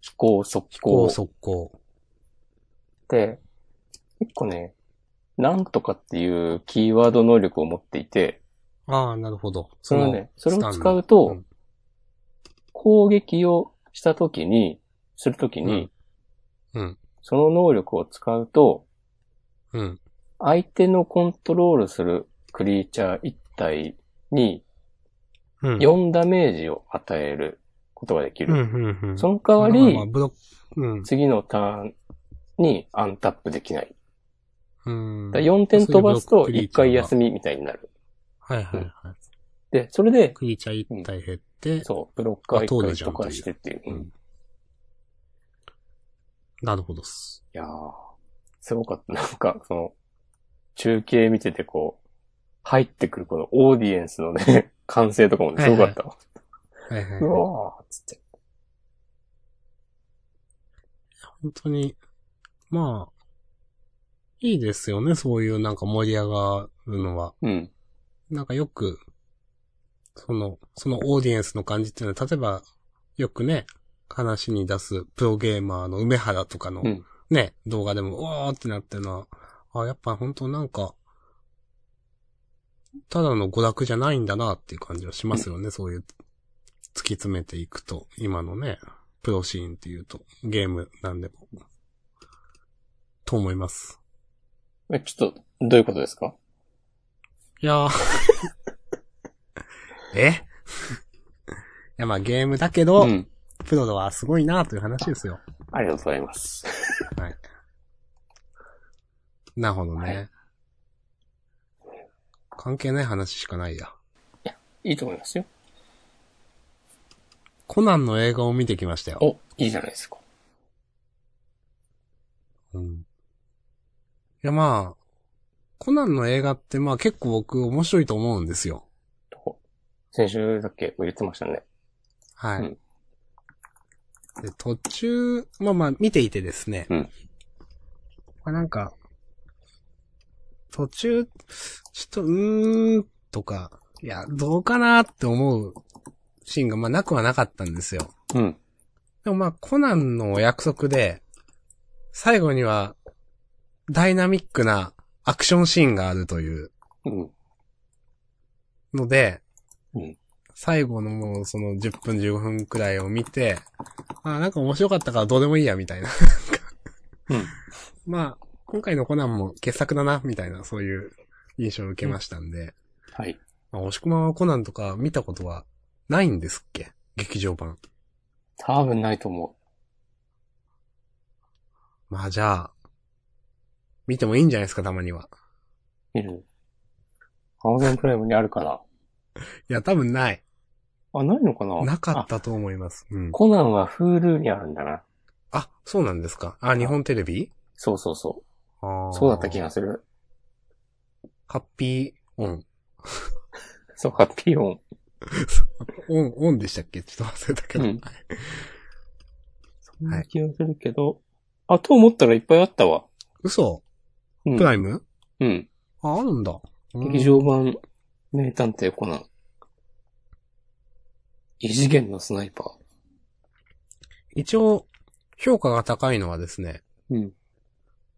飛行速こ攻う、速攻。って、結構ね、なんとかっていうキーワード能力を持っていて、ああ、なるほど。それはのね、それをス使タンうのと、うん攻撃をしたときに、するときに、うんうんその能力を使うと、うん。相手のコントロールするクリーチャー1体にうん。 4ダメージを与えることができうん、うる。ん、うん。その代わまあまあり、ブロック、うん次のターンにアンタップできない。うん。だ4点飛ばすとそういうブロッククリーチャー1が回休みみたいになる。はいはいはい。で、それで、クリーチャー一体減って、そう、ブロッカーあ一通る回じゃんとかしてっていう。といううんうんいなるほどっす。やー、すごかった。なんか、その、中継見ててこう、入ってくるこのオーディエンスのね、 [laughs] 歓声とかもね、すごかった。はいはうい。本わーっつって。当に、まあ、いいですよね、そういうなんか盛り上がるのは。うん。なんかよく、その、そのオーディエンスの感じっていうのは、例えば、よくね、話に出すプロゲーマーの梅原とかのうんね、動画でも、うわーってなってるのは、あ、やっぱ本当なんか、ただの娯楽じゃないんだなっていう感じはしますよね、そういう、突き詰めていくと、今のね、プロシーンっていうと、ゲームなんでも、と思います。え、ちょっと、どういうことですかいやー。 [laughs] え [laughs] いや、まあゲームだけど、うん。プロのはすごいなという話ですよ。ありがとうございます。はい。なるほどね。は関係ない話しかないや。いいと思いますよ。コナンの映画を見てきましたよ。お、いいじゃないですか。うん。いや、まあ、コナンの映画ってまあ結構僕面白いと思うんですよ。と先週だっけ言ってましたね。はい。うんで、途中、まあまあ見ていてですね。うんまあなんか、途中、ちょっと、うーん、とか、いや、どうかなって思うシーンがまあなくはなかったんですよ。うん。でもまあ、コナンのお約束で、最後には、ダイナミックなアクションシーンがあるといううん。ので、うん最後のもうその10分15分くらいを見て、あなんか面白かったからどうでもいいや、みたいな。うん [laughs] まあ、今回のコナンも傑作だな、みたいな、そういう印象を受けましたんで、はい。まあ、押し込まはコナンとか見たことはないんですっけ劇場版。多分ないと思まあじゃあ、見てもいいんじゃないですか、たまには。見る。アマゾンプライムにあるかな。いや、多分ない。あ、ないのかななかっあたと思います。うん。コナンは Hulu にあるんだな。あ、そうなんですか。あ、日本テレビそうそうそあう。あ。そうだった気がする。ハッピーオン。そう、ハッピーオン。オン、オンでしたっけちょっと忘れたけど。うんはいそんな気がするけど。あ、と思ったらいっぱいあったわ。嘘うんプライム、うん。あ、あるんだ。うん劇場版、名探偵コナン。異次元のスナイパー。一応、評価が高いのはですね、うん。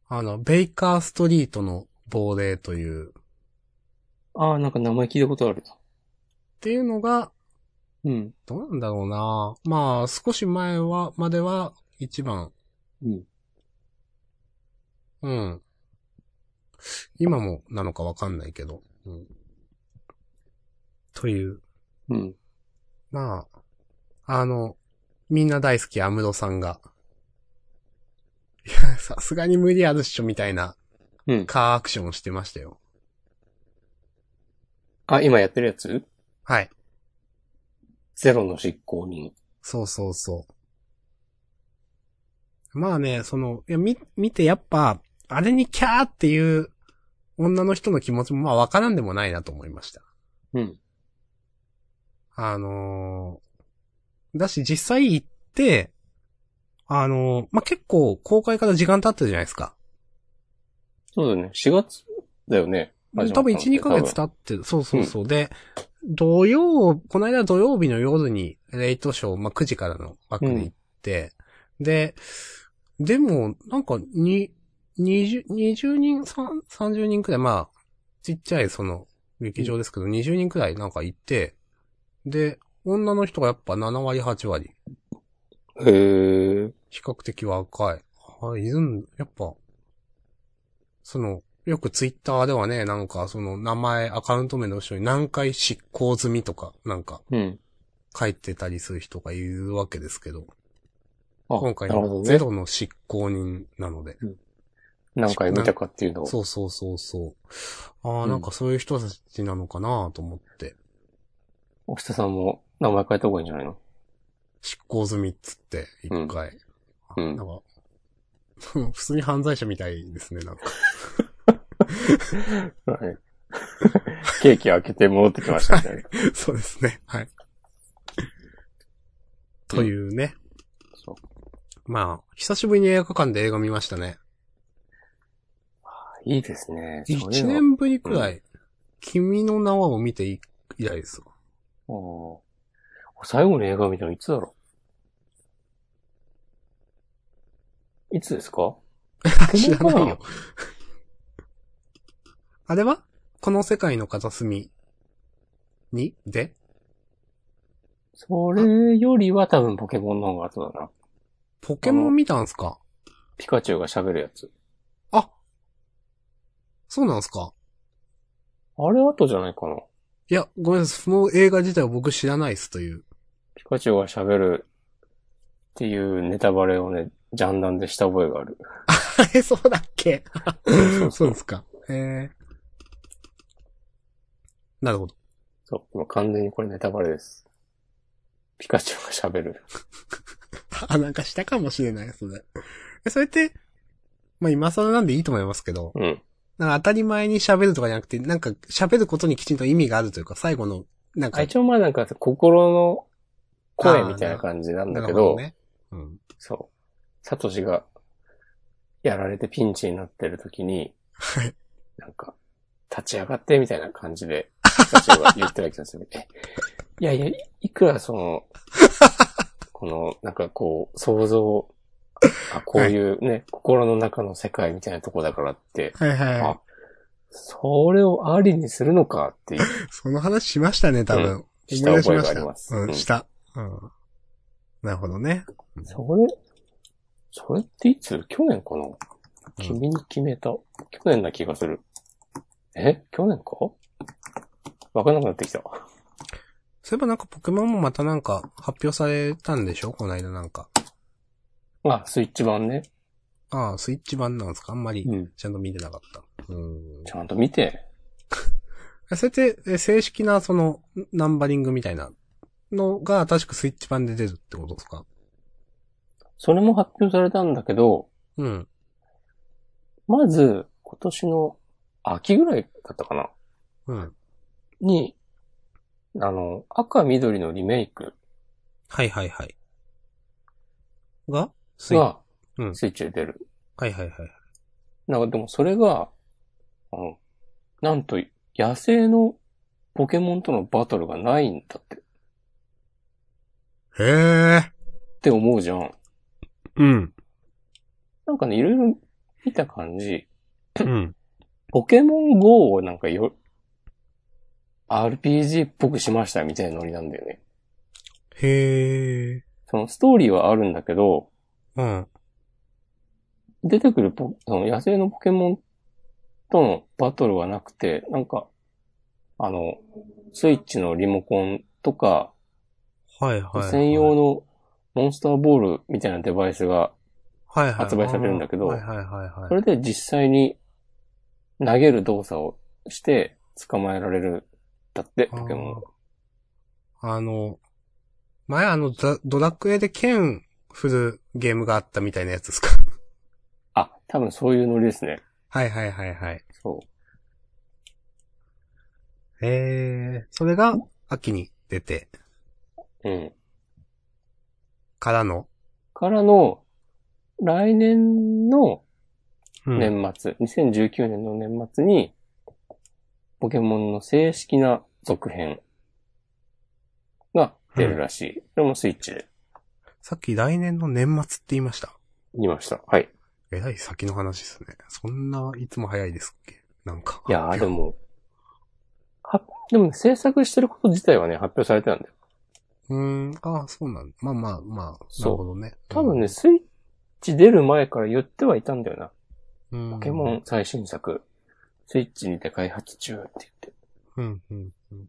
あの、ベイカーストリートの亡霊という、っああ、なんか名前聞いたことあるな。ていうのが、うん。どうなんだろうなまあ、少し前は、までは、一番、うん。うん。今もなのかわかんないけど、うん。という、うん。まあ、あの、みんな大好きアムロさんが、いや、さすがに無理あるっしょみたいなうん。カーアクションをしてましたよ。あ、今やってるやつはい。ゼロの執行人。そうそうそう。まあね、その、いや、み、見てやっぱ、あれにキャーっていう女の人の気持ちもまあわからんでもないなと思いました。うん。あのーだし実際行って、あのーまあ結構公開から時間経ったじゃないですか。そうだね。4月だよね。始まった多の分って1、2ヶ月経ってる。そうそうそう。で、土曜、この間土曜日の夜に、レイトショー、まあ、9時からの枠に行って、で、でも、なんか、に、20、20人、3 30人くらい、まあ、ちっちゃいその、劇場ですけど、20人くらいなんか行って、で、女の人がやっぱ7割、8割。へー。比較的若い。あ、いるん、やっぱ、その、よくツイッターではね、なんかその名前、アカウント名の後ろに何回執行済みとか、なんかうん。書いてたりする人がいるわけですけど、あ、今回なるほどゼね。ロの執行人なので。何回見たかっていうのを。そうそうそうそう。ああ、うんなんかそういう人たちなのかなと思って、お下さんも名前変えた方がいいんじゃないの執行済みっつって、一回。うんあうんなんか、 [laughs] 普通に犯罪者みたいですね、なんか。はい。 [laughs] ケーキ開けて戻ってきましたみたいな。 [laughs] そうですね。はい。というね。そう。まあ、久しぶりに映画館で映画見ましたね。 [laughs] いいですね。そういう1の年ぶりくらい、君の名はを見て以来ですわ。あー最後の映画見たのいつだろういつですか [laughs] 知らないポケモンよ。 [laughs] あれはこの世界の片隅にでそれよりは多分ポケモンの方が後だな。ポケモン見たんすかピカチュウが喋るやつ。あそうなんすかあれ後じゃないかな。いや、ごめんなさい。その映画自体は僕知らないっすという。ピカチュウが喋るっていうネタバレをね、ジャンダンでした覚えがある。あれ、そうだっけ [laughs] そうそうですか。ええなるほど。そう、今完全にこれネタバレです。ピカチュウが喋る。あ、なんかしたかもしれない、それ。えそれって、まあ今更なんでいいと思いますけど、うん。なんか当たり前に喋るとかじゃなくて、なんか喋ることにきちんと意味があるというか、最後の、なんか、あ一応まあなんか心の声みたいな感じなんだけど、ね。うん。そう。サトシがやられてピンチになってる時に、はい。なんか、立ち上がってみたいな感じで、ピカチュウが言ってる気が [laughs] する。えいやいや、いいくらその、この、なんかこう、想像、あこういうね、心の中の世界みたいなとこだからって、はいはいはあ、それをありにするのかっていう、い。その話しましたね、多分。うした思い出し覚えまがあしりまた。す。うん、うんした。うん。なるほどね。それ、それっていつ去年かな君に決めた。去年な気がする。え去年かわかんなくなってきた。そういえばなんかポケモンもまたなんか発表されたんでしょこの間なんか。あ、スイッチ版ね。ああ、スイッチ版なんですかあんまりうん。ちゃんと見てなかった。うん。ちゃんと見て、それって、え正式なその、ナンバリングみたいなのが、確かスイッチ版で出るってことですかそれも発表されたんだけど、うん。まず、今年の秋ぐらいだったかなうん。に、あの、赤緑のリメイクはいはいはい。がスイッチ。が、うんスイッチで出る。はいはいはい。なんかでもそれが、あの、なんと、野生のポケモンとのバトルがないんだって、っへえ。て思うじゃん。うん。なんかね、いろいろ見た感じ、うん。ポケモン GO をなんかよ、RPG っぽくしましたみたいなノリなんだよね。へえ。そのストーリーはあるんだけど、うん。出てくるポ、その野生のポケモンとのバトルはなくて、なんか、あの、スイッチのリモコンとか、はいはい、はい。専用のモンスターボールみたいなデバイスが、はいはい発売されるんだけどはいはいはいはい。それで実際に投げる動作をして捕まえられる、だって、ポケモンを。あの、前あのド、ドラクエで剣振るゲームがあったみたいなやつですかあ、多分そういうノリですね。はいはいはいはい。そう。へえ、それが秋に出て、うん。からの。からの、来年のうん年末、2019年の年末に、ポケモンの正式な続編が出るらしい。それもスイッチでさっき来年の年末って言いました。見ました。はい。えらい先の話ですね。そんないつも早いですっけなんか。いやー、で。も、は、でもね制作してること自体はね、発表されてたんだよ。うーん、ああ、そうなんだ。まあまあまあ、なそうるほどね。多分ね、スイッチ出る前から言ってはいたんだよな。うポん、ケモン最新作、スイッチにて開発中って言って。うん、うん、うん。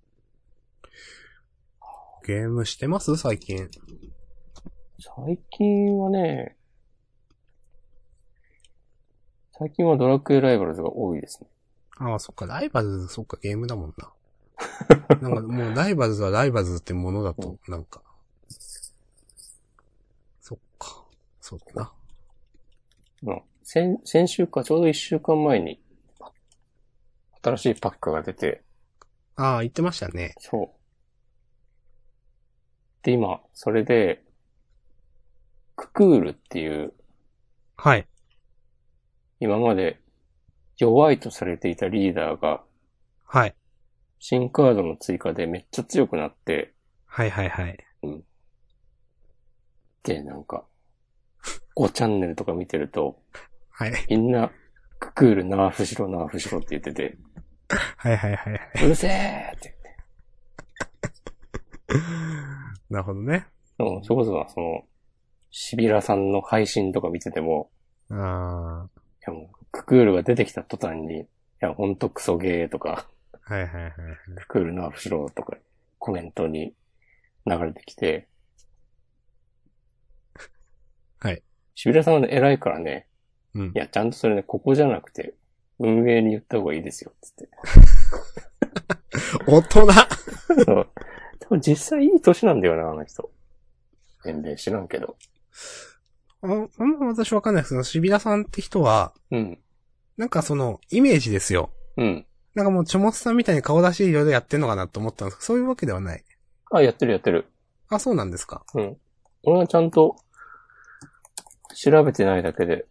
ゲームしてます最近。最近はね、最近はドラクエライバルズが多いですね。ああ、そっか、ライバルズ、そっか、ゲームだもん [laughs] な。なんかもうライバルズはライバルズってものだと、なんか。そっか、そうだうな。ん先、先週か、ちょうど一週間前に、新しいパックが出て、ああ、言ってましたね。そう。で、今、それで、ククールっていう、はい。今まで弱いとされていたリーダーが、はい。新カードの追加でめっちゃ強くなって、はいはいはい。で、なんか、5チャンネルとか見てると、はい。みんな、ククールナーフしろナーフしろって言ってて、はいはいはいはい。うるせえってなるほどね。言って。うん、それこそ、その、シビラさんの配信とか見てても、あいやもうククールが出てきた途端に、いや、ほんとクソゲーとか、あ、はいはいはい。ククールナーフしろとか、コメントに流れてきて、はい。シビラさんはね、偉いからね、うんい。や、ちゃんとそれね、ここじゃなくて、運営に言った方がいいですよ、つって。大人 [laughs] そう。多分実際いい年なんだよな、あの人。年齢知らんけど。あんあんま私わかんないですけど、シビラさんって人は、うん。なんかその、イメージですよ。うん。なんかもう、ちょもつさんみたいに顔出しいろいろやってんのかなと思ったんですけど、そういうわけではない。あ、やってるやってる。あ、そうなんですか。うん。俺はちゃんと、調べてないだけで。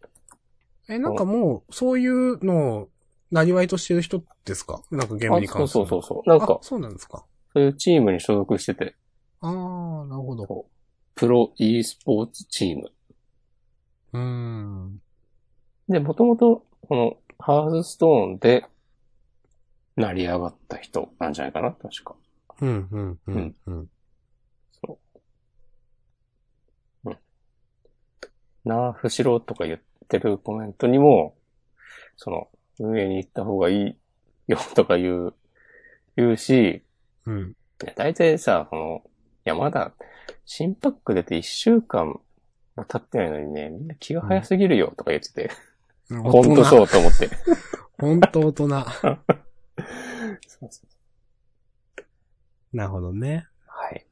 え、なんかもう、そういうのを、なりわいとしてる人ですかなんかゲームあ、にそ関うする。そうそうそう。うなんか、そうなんですか。そういうチームに所属してて、あー、なるほど。プロ e スポーツチーム。うーん。で、もともと、この、ハーズストーンで、成り上がった人なんじゃないかな、確か。うん、うん、うん、うん。そう。うん。ナーフしろとか言ってるコメントにも、その、運営に行った方がいいよとか言う、言うし、うん。いや大体さ、この、いやまだ、新パック出て1週間まあ、経ってないのにね、みんな気が早すぎるよとか言ってて、ほほんとう。 [laughs] そうと思って。ほんと大人。そうそうなるほどね。はい。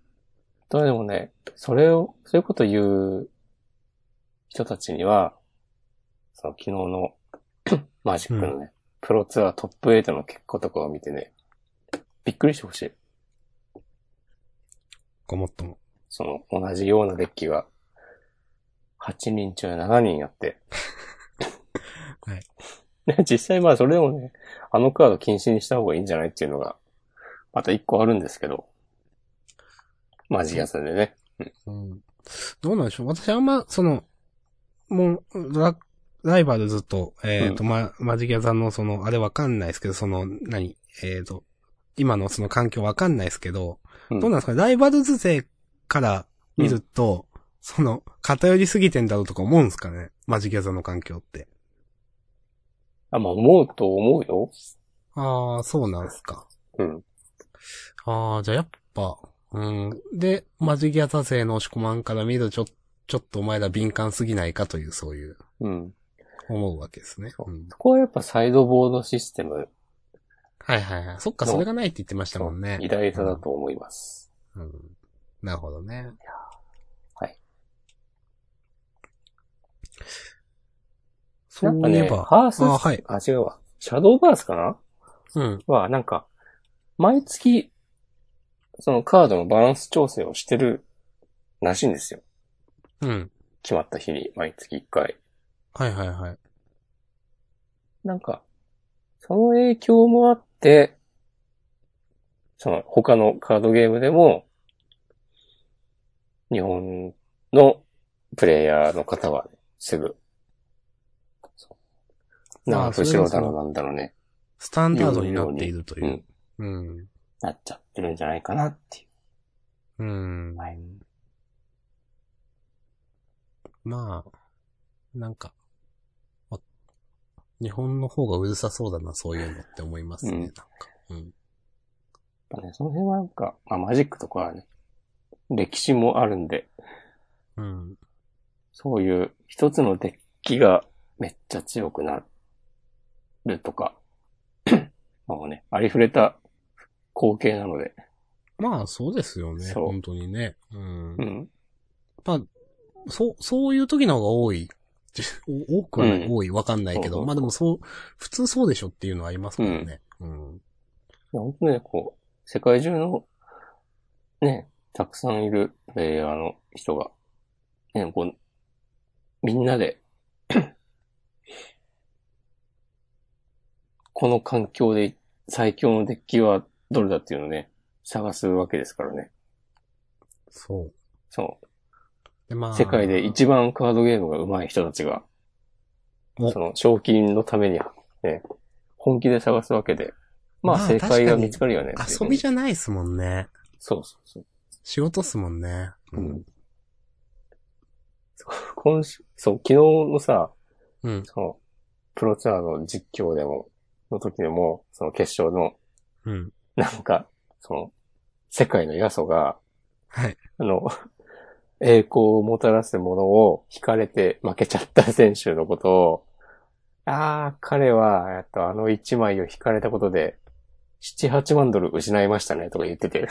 どれでもね、それを、そういうことを言う人たちには、その昨日の [coughs] マジックのね、プロツアートップ8の結果とかを見てね、びっくりしてほしい。ごもっとも。その同じようなデッキが、8人中7人やって。 [laughs] はい。 [laughs] ね、実際まあそれでもね、あのカード禁止にした方がいいんじゃないっていうのが、また一個あるんですけど。マジやつでね。うん。どうなんでしょう私あんま、その、もう、ラライバルずっと、えっ、と、ま、マジギャさんのその、あれわかんないですけど、その、何、えっ、と、今のその環境わかんないですけど、うんどうなんですかライバルズ勢から見ると、その、偏りすぎてんだろうとか思うんですかねマジギャザーの環境って。あ、まあ思うと思うよ。ああ、そうなんですか。うん。ああ、じゃあやっぱ、うん。で、マジギャザー勢の押し込まんから見ると、ちょ、ちょっとお前ら敏感すぎないかという、そういう、うん。思うわけですね。うんそこはやっぱサイドボードシステムはいはいはい。そっか、そうそれがないって言ってましたもんね偉。大さだと思います。うん。なるほどね。はい。そなんかういえね、ば。ハース、あはい。あ、違うわ。シャドーバースかなうん。は、なんか、毎月、そのカードのバランス調整をしてるらしいんですよ。うん。決まった日に、毎月一回。はいはいはい。なんか、その影響もあって、その他のカードゲームでも、日本のプレイヤーの方は、ね、すぐ、そうまあなんかそ後れがろそだのろなんだろうね、スタンダードになっているという。うん。なっちゃってるんじゃないかなっていうんう。。はいまあ、なんか、あ日本の方がうるさそうだな、そういうのって思いますね、うんなんか。うん。やっぱね、その辺はなんか、まあ、マジックとかはね、歴史もあるんで、うん。そういう一つのデッキがめっちゃ強くなるとか、 [clears throat] もうね、ありふれた光景なので、まあ、そうですよね。そう本当にね。うんうん。まあ、そう、そういう時の方が多い。 [laughs] お多くはない、うん多い、わかんないけそうそど。うまあでもそう、普通そうでしょっていうのはありますもんね。うん。本当ね、こう、世界中の、ね、たくさんいるプレイヤーの人が、ね、こう、みんなで、 [clears throat] この環境で最強のデッキはどれだっていうのをね、探すわけですからね。そう。そう。で、まあ。世界で一番カードゲームが上手い人たちが、おその賞金のために、ね、本気で探すわけで、まあまあ正解が見つかるよね。遊びじゃないですもんね。そうそうそう。仕事っすもんね。うん。今週、そう、昨日のさ、うん。その、プロツアーの実況でも、の時でも、その決勝の、うん。なんか、その、世界のヤソが、はい。あの、 [laughs] 栄光をもたらすものを惹かれて負けちゃった選手のことを、ああ、彼は、えっと、あの一枚を引かれたことで、七八万ドル失いましたね、とか言ってて、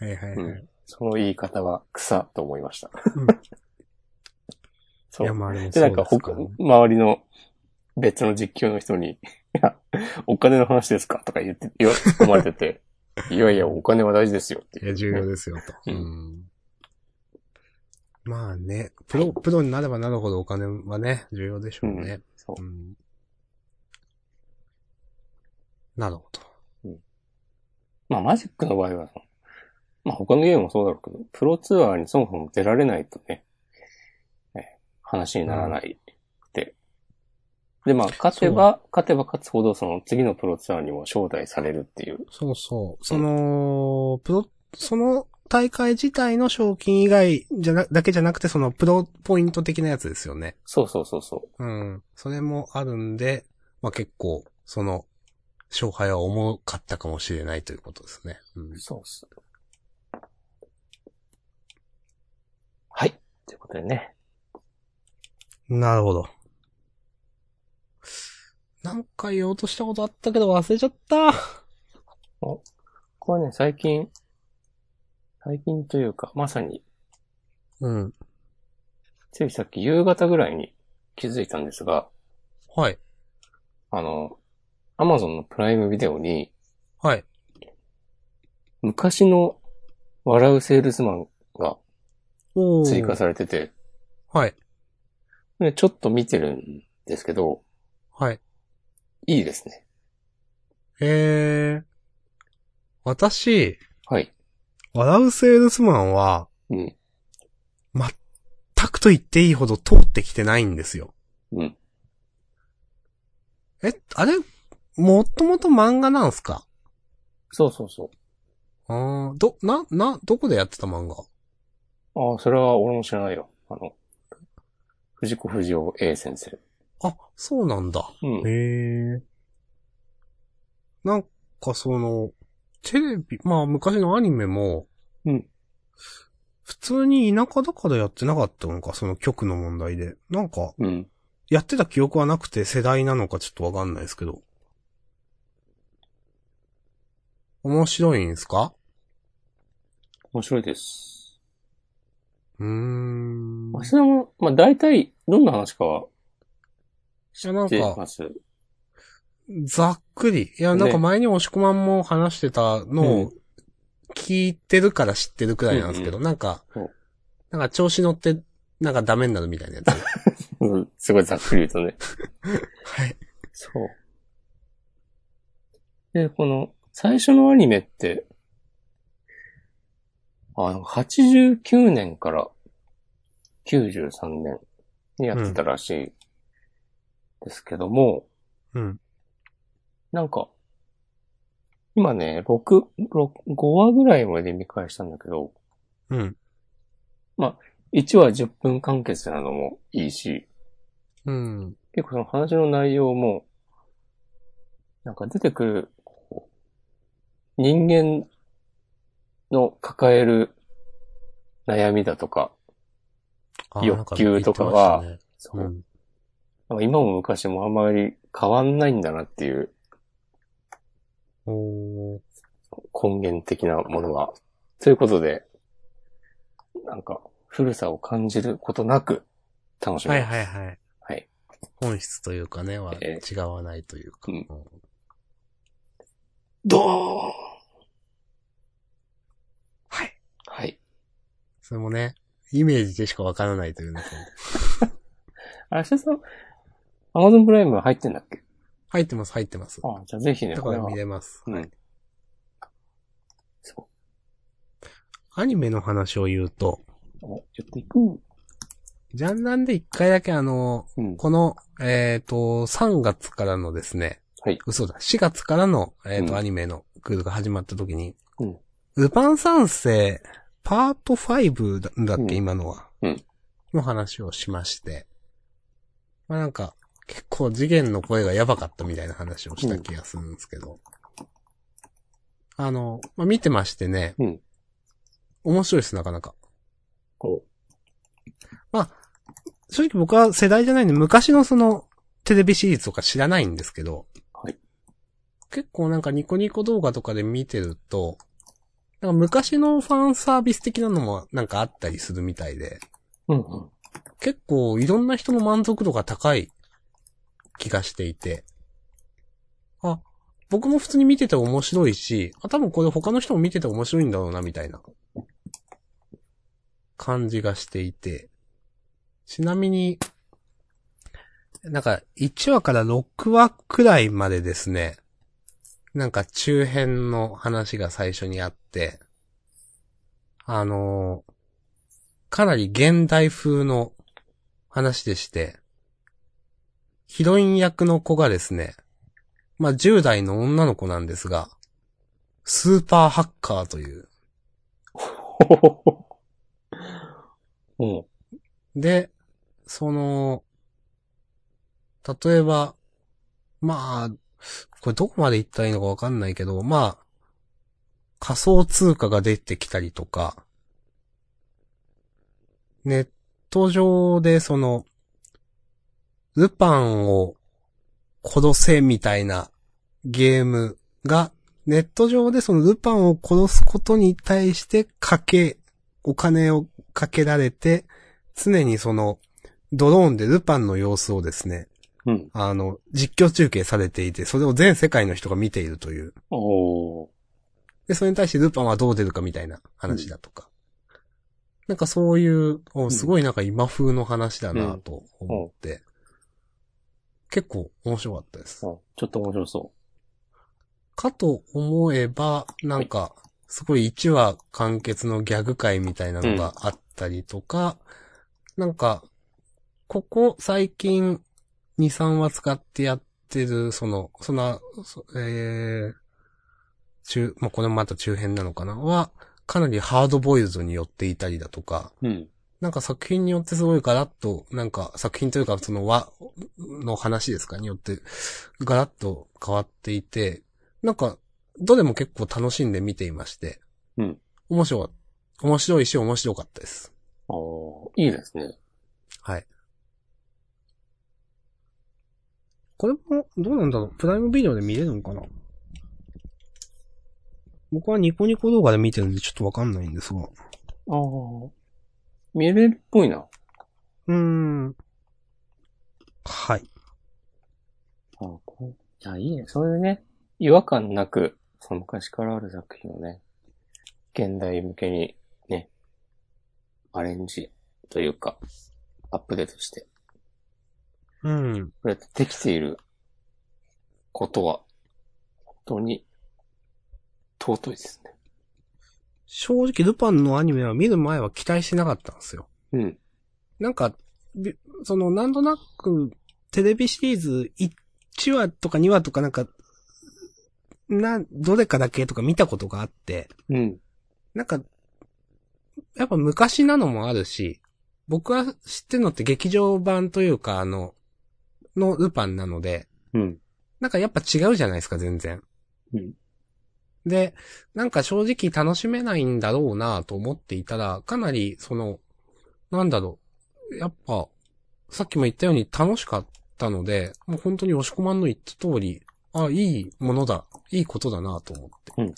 はいはいはい。その言い方は草と思いました。 [laughs] うんそいやう。まあでもで、そうなでんか、す他からね周りの別の実況の人に、いや、お金の話ですかとか言って、言わ突っ込まれてて、いやいや、お金は大事ですよっていいうや、重要ですよ、と。うんうん。まあね、プロ、プロになればなるほどお金はね、重要でしょうね。そううん。なるほど。まあ、マジックの場合は、まあ、他のゲームもそうだろうけど、プロツアーにそもそも出られないとね、ね話にならないって。で、まあ、勝てば、勝てば勝つほど、その次のプロツアーにも招待されるっていう。そうそう。その、プロ、その大会自体の賞金以外じゃな、だけじゃなくて、そのプロポイント的なやつですよね。そうそうそうそうん。それもあるんで、まあ結構、その、勝敗は重かったかもしれないということですね。うんう。。そうっす。はことでね。なるほど。なんか言おうとしたことあったけど忘れちゃった。これはね、最近、最近というか、まさに、うん。ついさっき夕方ぐらいに気づいたんですが、はい。あの、アマゾンのプライムビデオに、はい。昔の笑うセールスマンがお追加されてて、はい。でちょっと見てるんですけど、はい。いいですね。えー。私、はい。笑うセールスマンは、うん。タクと言っていいほど通ってきてないんですよ。うん。え、あれもともと漫画なんすかそうそうそあー、ど、な、な、どこでやってた漫画う。ああ、それは俺も知らないよ。あの、藤子不二雄 A 先生。あ、そうなんだ。うん。へえ。なんかその、テレビ、まあ昔のアニメも、うん普通に田舎だからやってなかったのか、その局の問題で。なんか、うん。やってた記憶はなくて世代なのかちょっとわかんないですけど。面白いんすか面白いです。うーん。あちらも、まあ大体、どんな話かはやなん知ってかま、す。ざっくり。いや、なんかね前に押し込まんも話してたのうを聞いてるから知ってるくらいなんですけど、なんかそう、なんか調子乗って、なんかダメになるみたいなやつ。うん。すごいざっくり言うとね。 [laughs] はい。そう。で、この、最初のアニメって、あの、89年から93年にやってたらしいですけども、うん。なんか、今ね、6、六5話ぐらいまで見返したんだけど、うん。 1話10分完結なのもいいし、うん。結構その話の内容も、なんか出てくる、こう人間の抱える悩みだとか、あ欲求とかは、なん言ってましたそうね。うんなんか今も昔もあんまり変わんないんだなっていうおー根源的なものが。ということで、なんか古さを感じることなく楽しめはいます。はいはい。はい。本質というかね、はえ違わないというか。うんうんドーンはい。はい。それもね、イメージでしかわからないというね。こうあれ、しさん、アマゾンプライム入ってんだっけ入ってます、入ってます。あじゃあぜひね、だこかれらは見。れます。うん。そアニメの話を言うと、う。おちょっと行く。ジャンランで一回だけあの、うん。この、えっ、と、3月からのですね、はい嘘だ、4月からの、えっ、と、うんアニメのクールが始まった時に、うんルパン三世、パート5だだっけ、うん今のは、うんの話をしまして、まあなんか、結構次元の声がやばかったみたいな話をした気がするんですけど、あの、まあ、見てましてね、うん面白いです、なかなか。こ正直僕は世代じゃないんで、昔のその、テレビシリーズとか知らないんですけど、はい結構なんかニコニコ動画とかで見てると、なんか昔のファンサービス的なのもなんかあったりするみたいで、う。うんうん。 [laughs] 結構いろんな人の満足度が高い気がしていて、あ、僕も普通に見てて面白いし、あ、多分これ他の人も見てて面白いんだろうな、みたいな感じがしていて、ちなみに、なんか1話から6話くらいまでですね、なんか中編の話が最初にあって、あのーかなり現代風の話でして、ヒロイン役の子がですね、まあ、10代の女の子なんですが、スーパーハッカーという。ほほほほ。もで、その、例えば、まあ、これどこまで行ったらいいのかわかんないけど、まあ、仮想通貨が出てきたりとか、ネッ登場で、その、ルパンを殺せみたいなゲームが、ネット上でそのルパンを殺すことに対してかけ、お金をかけられて、常にその、ドローンでルパンの様子をですね、うん。あの、実況中継されていて、それを全世界の人が見ているという。おー。で、それに対してルパンはどう出るかみたいな話だとか。なんかそういう、おすごいなんか今風の話だなと思って、結構面白かったです。そうちょっと面白そかと思えば、なんか、すごい1話完結のギャグ会みたいなのがあったりとか、なんか、ここ最近2、3話使ってやってる、その、そんな、そえー、中、まあ、これもまた中編なのかなは、かなりハードボイルドによっていたりだとか、う。うん。なんか作品によってすごいガラッと、なんか作品というかその和の話ですかによってガラッと変わっていて、なんかどれも結構楽しんで見ていまして、うん。面白かった。面白いし面白かったです。おー。いいですね。はい。これも、どうなんだろうプライムビデオで見れるのかな僕はニコニコ動画で見てるんでちょっとわかんないんですが。あー。見れるっぽいな。うーん。はい。あーこういや、いいね。そういうね、違和感なく、その昔からある作品をね、現代向けにね、アレンジというか、アップデートして、うん。こうやってできていることは、本当に尊いですね。正直、ルパンのアニメは見る前は期待してなかったんですよ。うん。なんか、びその、なんとなく、テレビシリーズ1話とか2話とかなんか、な、どれかだけとか見たことがあって、うん。なんか、やっぱ昔なのもあるし、僕は知ってるのって劇場版というか、あの、のルパンなので、うん。なんかやっぱ違うじゃないですか、全然。うんで、なんか正直楽しめないんだろうなと思っていたら、かなり、その、なんだろう、やっぱ、さっきも言ったように楽しかったので、もう本当に押し込まんの言った通り、あ、いいものだ、いいことだなと思って。うん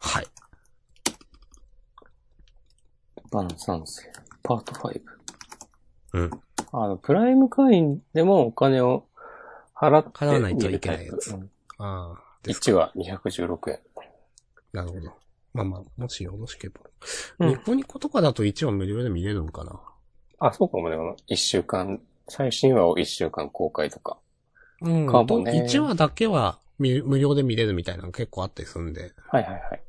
はい。バランスなんですよ。パート5。うん。あの、プライム会員でもお金を払って払わないといけないや見るタつイプうんああ、ですか。 1は216円。なるほど。まあまあ、もしよろしければ。うんニコニコとかだと一応無料で見れるのかな。あ、そうかもね。1週間、最新話を1週間公開とか。うん。かもね1話だけは見無料で見れるみたいなの結構あったりするんで、はいはいはい。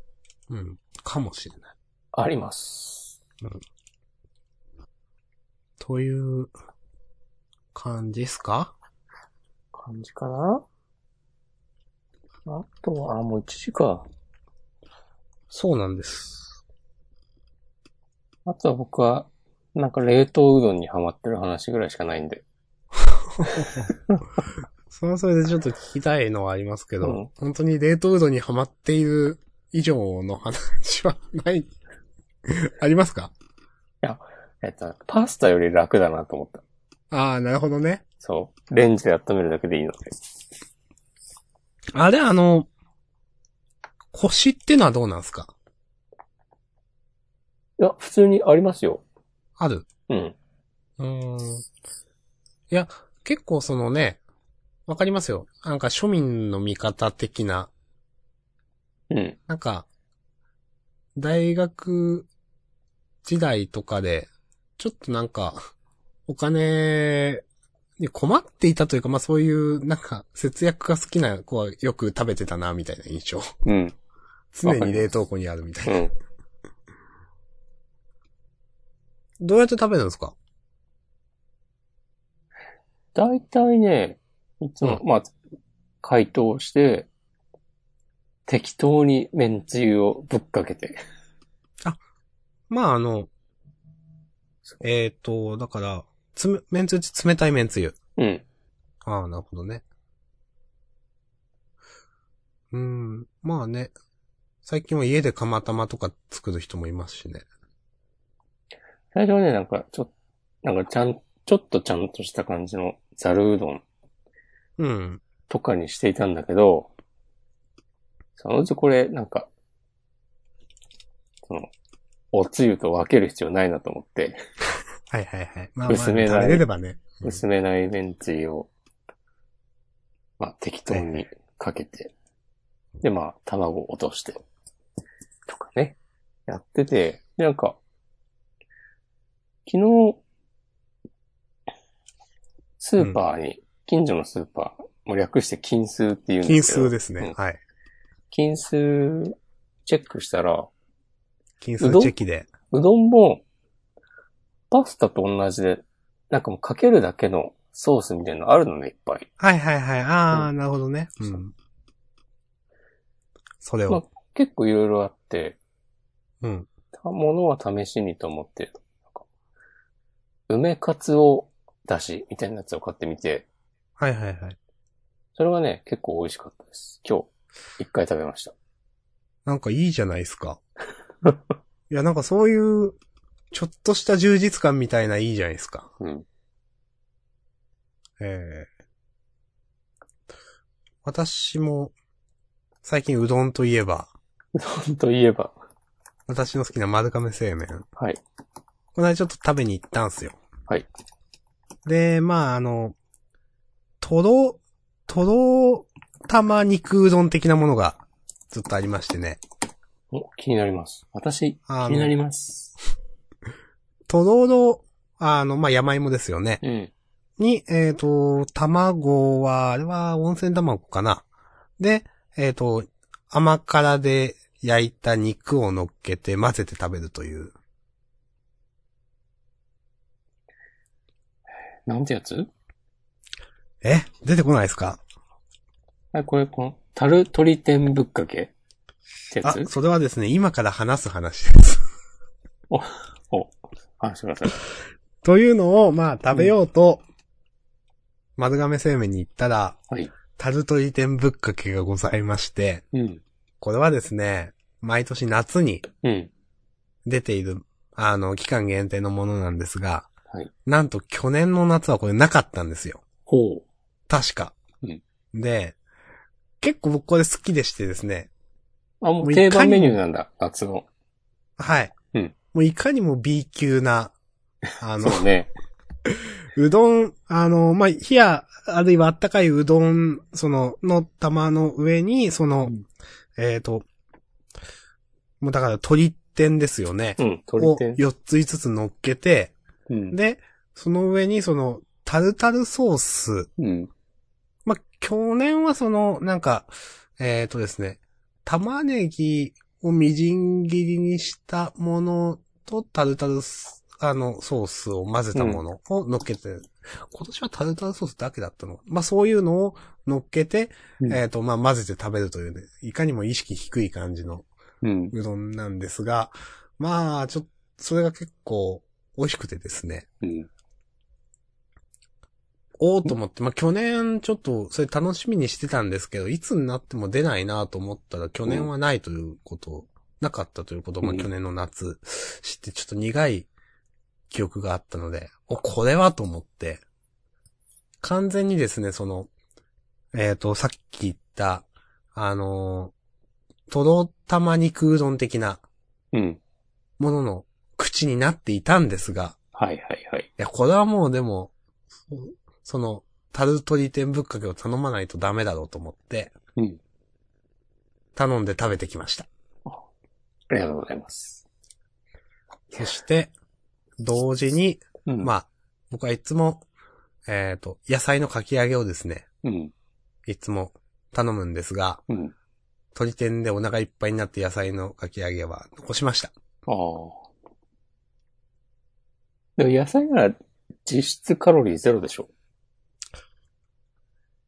うん。かもしれない。あります。という感じですか感じかなあとは、あ、もう1時か。そうなんです。あとは僕は、なんか冷凍うどんにハマってる話ぐらいしかないんで。それはそれでちょっと聞きたいのはありますけど、うん本当に冷凍うどんにハマっている以上の話はない、 [laughs] ありますかえっと、パスタより楽だなと思った。ああ、なるほどね。そう。レンジで温めるだけでいいので。あれ、あの、腰ってのはどうなんですかいや、普通にありますよ。あるうん。うーん。いや、結構そのね、わかりますよ。なんか庶民の味方的な、うん。なんか、大学時代とかで、ちょっとなんか、お金に困っていたというか、まあそういう、なんか、節約が好きな子はよく食べてたな、みたいな印象。うん。常に冷凍庫にあるみたいうな。ん。どうやって食べるんですか大体ね、いつも、うまあ、解凍して、適当に麺つゆをぶっかけて。まああの、えっ、と、だから、つめ、麺つゆって冷たい麺つゆ。うん。ああ、なるほどね。うーん、まあね。最近は家で釜玉とか作る人もいますしね。最初はね、なんか、ちょ、なんかちゃん、ちょっとちゃんとした感じのざるうどんうん。とかにしていたんだけど、そのうちこれ、なんか、その、おつゆと分ける必要ないなと思って、はいはいはい。まあまあ、食娘べがねれればね。うん薄めないめんつゆを、まあ適当にかけて、でまあ卵を落として、とかね、やってて、でなんか、昨日、スーパーに、近所のスーパー、もう略して金数っていうんで金すけど。数ですね。うんはい。金数チェックしたら、金う数どんチェキで。うどんも、パスタと同じで、なんかもうかけるだけのソースみたいなのあるのね、いっぱい。はいはいはい。ああ、うなるほどね。うそん。それまあを。結構いろいろあって、うん。ものは試しにと思って、なんか梅かつおだしみたいなやつを買ってみて、はいはいはい。それはね、結構美味しかったです。今日、一回食べました。なんかいいじゃないです [laughs] か。いや、なんかそういう、ちょっとした充実感みたいないいじゃないですか。うん。ええ私も、最近うどんといえば、といえば、私の好きな丸亀製麺。はい。この間ちょっと食べに行ったんすよ。はい。で、まあ、あの、とろ、とろ玉肉うどん的なものがずっとありましてね。お、気になります。私、気あのになります。とろろ、あの、まあ、山芋ですよね。うん。に、えっ、と、卵は、あれは温泉卵かな。で、えっ、と、甘辛で焼いた肉を乗っけて混ぜて食べるという。なんてやつえ出てこないですかあ、これ、この、樽鶏天ぶっかけってやあつ、それはですね、今から話す話です。お、あ、すいません。というのを、まあ、食べようと、丸亀製麺に行ったら、はい。タルトリテンぶっかけがございまして、うん。これはですね、毎年夏にうん。出ている、あの、期間限定のものなんですが、はいなんと去年の夏はこれなかったんですよ。ほう。確か。うんで、結構僕これ好きでしてですね、あ、ももうういかに定番メニューなんだ、夏の。はい。うんもういかにも B [laughs] 級な、あの、そうね。うどん、あの、まあ、冷や、あるいはあったかいうどん、その、の玉の上に、その、うんえっ、と、もうだから鶏天ですよね。 [laughs] うん、鶏を天。 4つ5つ乗っけて、うん。で、その上にその、タルタルソース。うん。まあ、去年はその、なんか、えっ、とですね、玉ねぎをみじん切りにしたものとタルタルス、あの、ソースを混ぜたものを乗っけて、今年はタルタルソースだけだったの。まあ、そういうのを乗っけて、うんえっ、と、まあ、混ぜて食べるというね、いかにも意識低い感じのうん。うどんなんですが、まあ、ちょっと、それが結構美味しくてですね。うん。おーと思って、まあ去年ちょっとそれ楽しみにしてたんですけど、いつになっても出ないなと思ったら、去年はないということ、なかったということを、まあうん去年の夏知ってちょっと苦い記憶があったので、お、これはと思って、完全にですね、その、えっ、と、さっき言った、あのーとろ玉肉うどん的なうん。ものの口になっていたんですが、はいはいはい。いや、これはもうでも、そその、タルトリ天ぶっかけを頼まないとダメだろうと思って、うん。頼んで食べてきました。ありがとうございます。そして、同時に、うん。まあ。あ、僕はいつも、えっ、と、野菜のかき揚げをですね、うん。いつも頼むんですが、うん。鳥天でお腹いっぱいになって野菜のかき揚げは残しました。ああ。でも野菜なら実質カロリーゼロでしょ。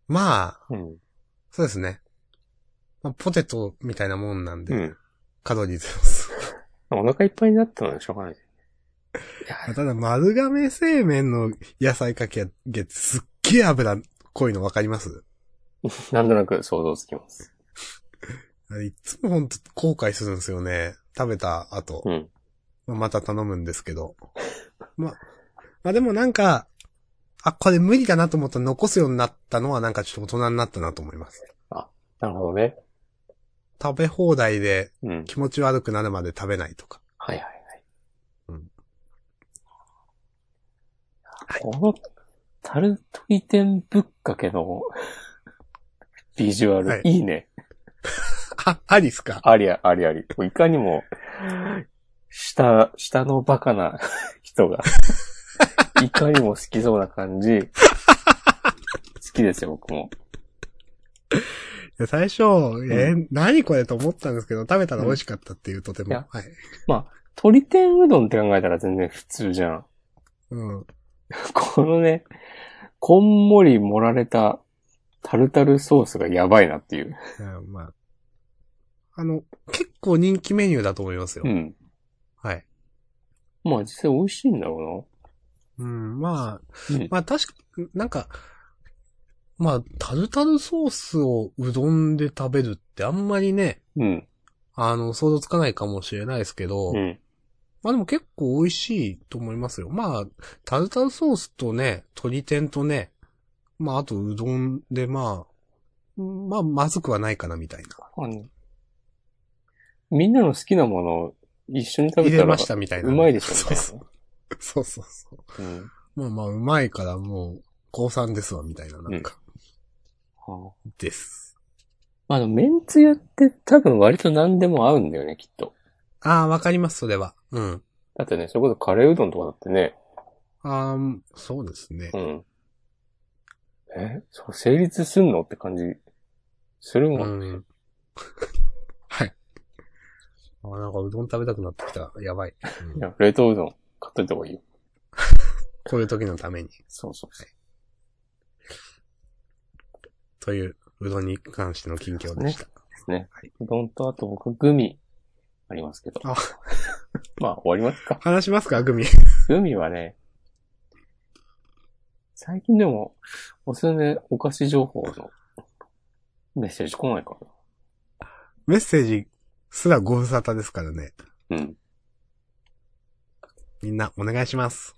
まあ、うん。そうですね。まあ、ポテトみたいなもんなんで、うん。カロリーゼロです。お腹いっぱいになったのでしょうがない。いあや、ただ、丸亀製麺の野菜かけ揚げってすっげえ油濃いのわかりますなんとなく想像つきます。あれいつもほんと後悔するんですよね。食べた後う。ん。まあまた頼むんですけど。まあでもなんか、あ、これ無理だなと思ったら残すようになったのはなんかちょっと大人になったなと思います。なるほどね。食べ放題でうん。気持ち悪くなるまで食べないとか。はいはいはい。うんこの、タルトリテンぶっかけの、 [laughs] ビジュアル、はいい、いね。あ、ありっすかありあ、ありあり。もういかにも、下、下のバカな [laughs] 人 [laughs] が、いかにも好きそうな感じ。好きですよ、僕も。いや最初、えー何これと思ったんですけど、食べたら美味しかったっていうとても。いやはい。鳥天うどんって考えたら全然普通じゃん。うん。このね、こんもり盛られたタルタルソースがやばいなっていう。いやまあ。あの、結構人気メニューだと思いますよ。うん。はい。まあ実際美味しいんだろうん、まあ、うな。うん。まあ確か、なんか、まあ、タルタルソースをうどんで食べるってあんまりね、うん。あの、想像つかないかもしれないですけど、うん。まあでも結構美味しいと思いますよ。まあ、タルタルソースとね、鶏天とね、まああとうどんでまあ、うんまあまずくはないかなみたいな。あのみんなの好きなものを一緒に食べ入たられましたみたいな。うまいでしょそうそう。そうそうそう。みたいなうんまあまあうまいからもう、高三ですわみたいな、なんか、はあです。まあでもメンツやって多分割と何でも合うんだよね、きっと。ああ、わかります、それは。うん。だってね、それこそカレーうどんとかだってね、ああ、そうですねう。ん。えそう、成立すんのって感じするもんうね。ん。 [laughs] はい。ああ、なんかうどん食べたくなってきた。やばい。うんいや、冷凍うどん買っといた方がいいよ。こういう時のために。そうそうそという、うどんに関しての近況でした。うですね。はいうどんとあと僕グミありますけど。あ [laughs] まあ終わりますか。話しますか、グミ。グミはね、最近でもおすすめお菓子情報のメッセージ来ないかメッセージすらご無沙汰ですからね。な。うん。みんな、お願いします。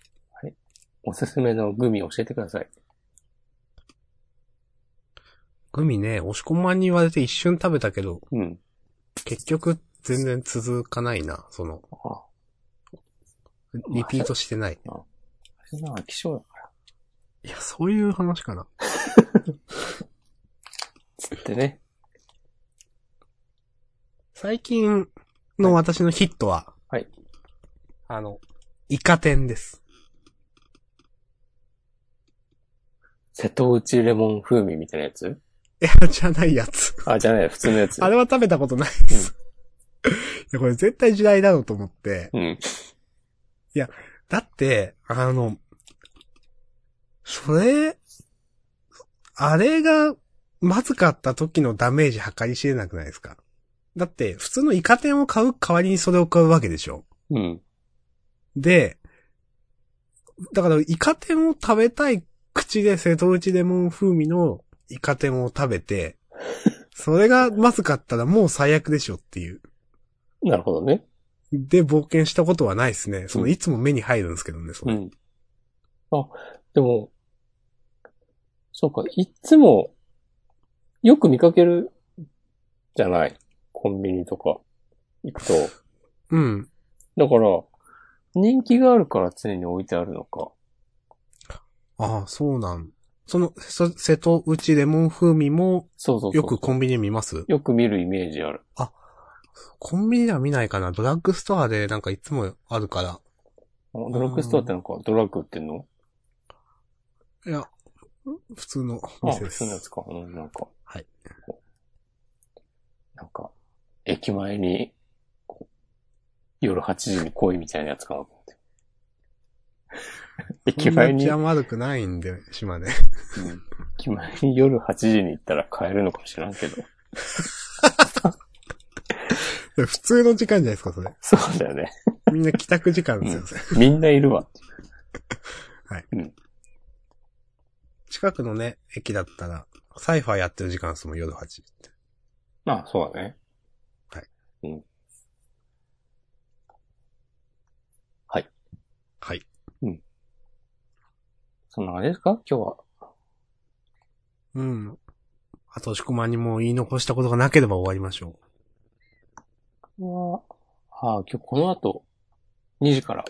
おすすめのグミ教えてください。グミね、押し込まんに言われて一瞬食べたけど、うん。結局、全然続かないな、その、あ、リピートしてない。それなんか希少だから。いや、そういう話かな。つってね。最近の私のヒットは、はい。あの、イカ天です。瀬戸内レモン風味みたいなやついや、じゃないや [laughs] つ。あ、じゃない、普通のやつ。あれは食べたことないです。 [laughs] いや、これ絶対時代だろうと思って、うん。だって、あの、それ、あれが、まずかった時のダメージ計り知れなくないですかだって、普通のイカ天を買う代わりにそれを買うわけでしょうん。で、だから、イカ天を食べたい口で瀬戸内レモン風味のイカ天を食べて、それがまずかったらもう最悪でしょっていう。なるほどね。で、冒険したことはないですね。その、いつも目に入るんですけどね、その。ん。あ、でも、そうか、いっつも、よく見かけるじゃない。コンビニとか行くと。うん。だから、人気があるから常に置いてあるのか。ああ、そうなん。その、そ瀬戸内レモン風味もそうそうそう。よくコンビニで見ますよく見るイメージある。コンビニでは見ないかな。ドラッグストアでなんかいつもあるから。あドラッグストアってなんかドラッグ売ってんのいや、普通のあ、店で普通のやつす。か。うん、なんか。はい。なんか、駅前に、こう夜8時に来いみたいなやつかなと思って。 [laughs] 駅前に気、は悪くないんで、島根。 [laughs] うん駅前に夜8時に行ったら買えるのかもしれんけど。普通の時間じゃないですか、それ。そうだよね。みんな帰宅時間ですよ、それみんないるわ。近くのね、駅だったら、サイファーやってる時間ですもん、夜8時って。まあ、そうだね。はい。うん。はい。はい。そんな感じですか今日は。うん。あと、しこまんにもう言い残したことがなければ終わりましょは、あ、今日この後、2時から、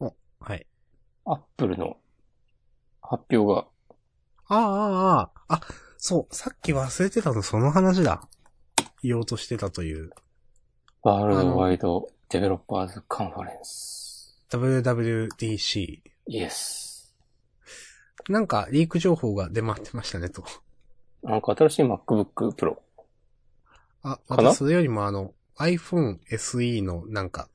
う。はい。アップルの発表が、ああ、ああ、ああ、そう、さっき忘れてたの、その話だ。言おうとしてたという。ワールドワイドデベロッパーズカンファレンス。 WWDC。イエス。なんか、リーク情報が出回ってましたね、と。なんか新しい MacBook Pro。あ、かな私それよりもあの、iPhone SE のなんか、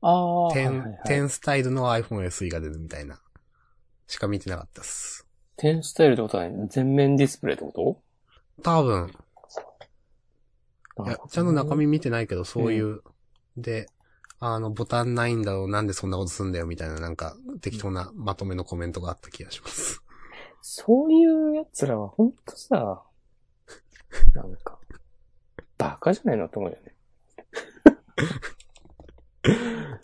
ああ10、10スタイルの iPhone SE が出るみたいな、しか見てなかったっす。 10スタイルってことはね全面ディスプレイってこ多分、といや、ちゃんと中。なる身見てないけど、そういう、で、あの、ボタンないんだろう、なんでそんなことすんだよ、みたいな、なんか、適当なまとめのコメントがあった気がします。ほどそういうやつらはほんとさ、なんか、バカじゃないのと思うよね。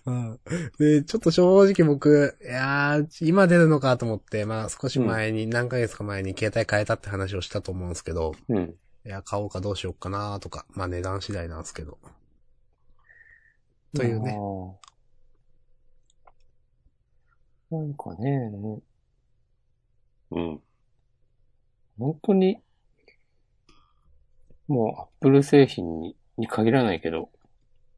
うん。で、ちょっと正直僕、いやー、今出るのかと思って、まあ少し前に、何ヶ月か前に携帯変えたって話をしたと思うんですけど、うん。いや、買おうかどうしようかなとか、まあ値段次第なんですけど。というね。あー。なんかね、うん。本当に、もうアップル製品にに限らないけど、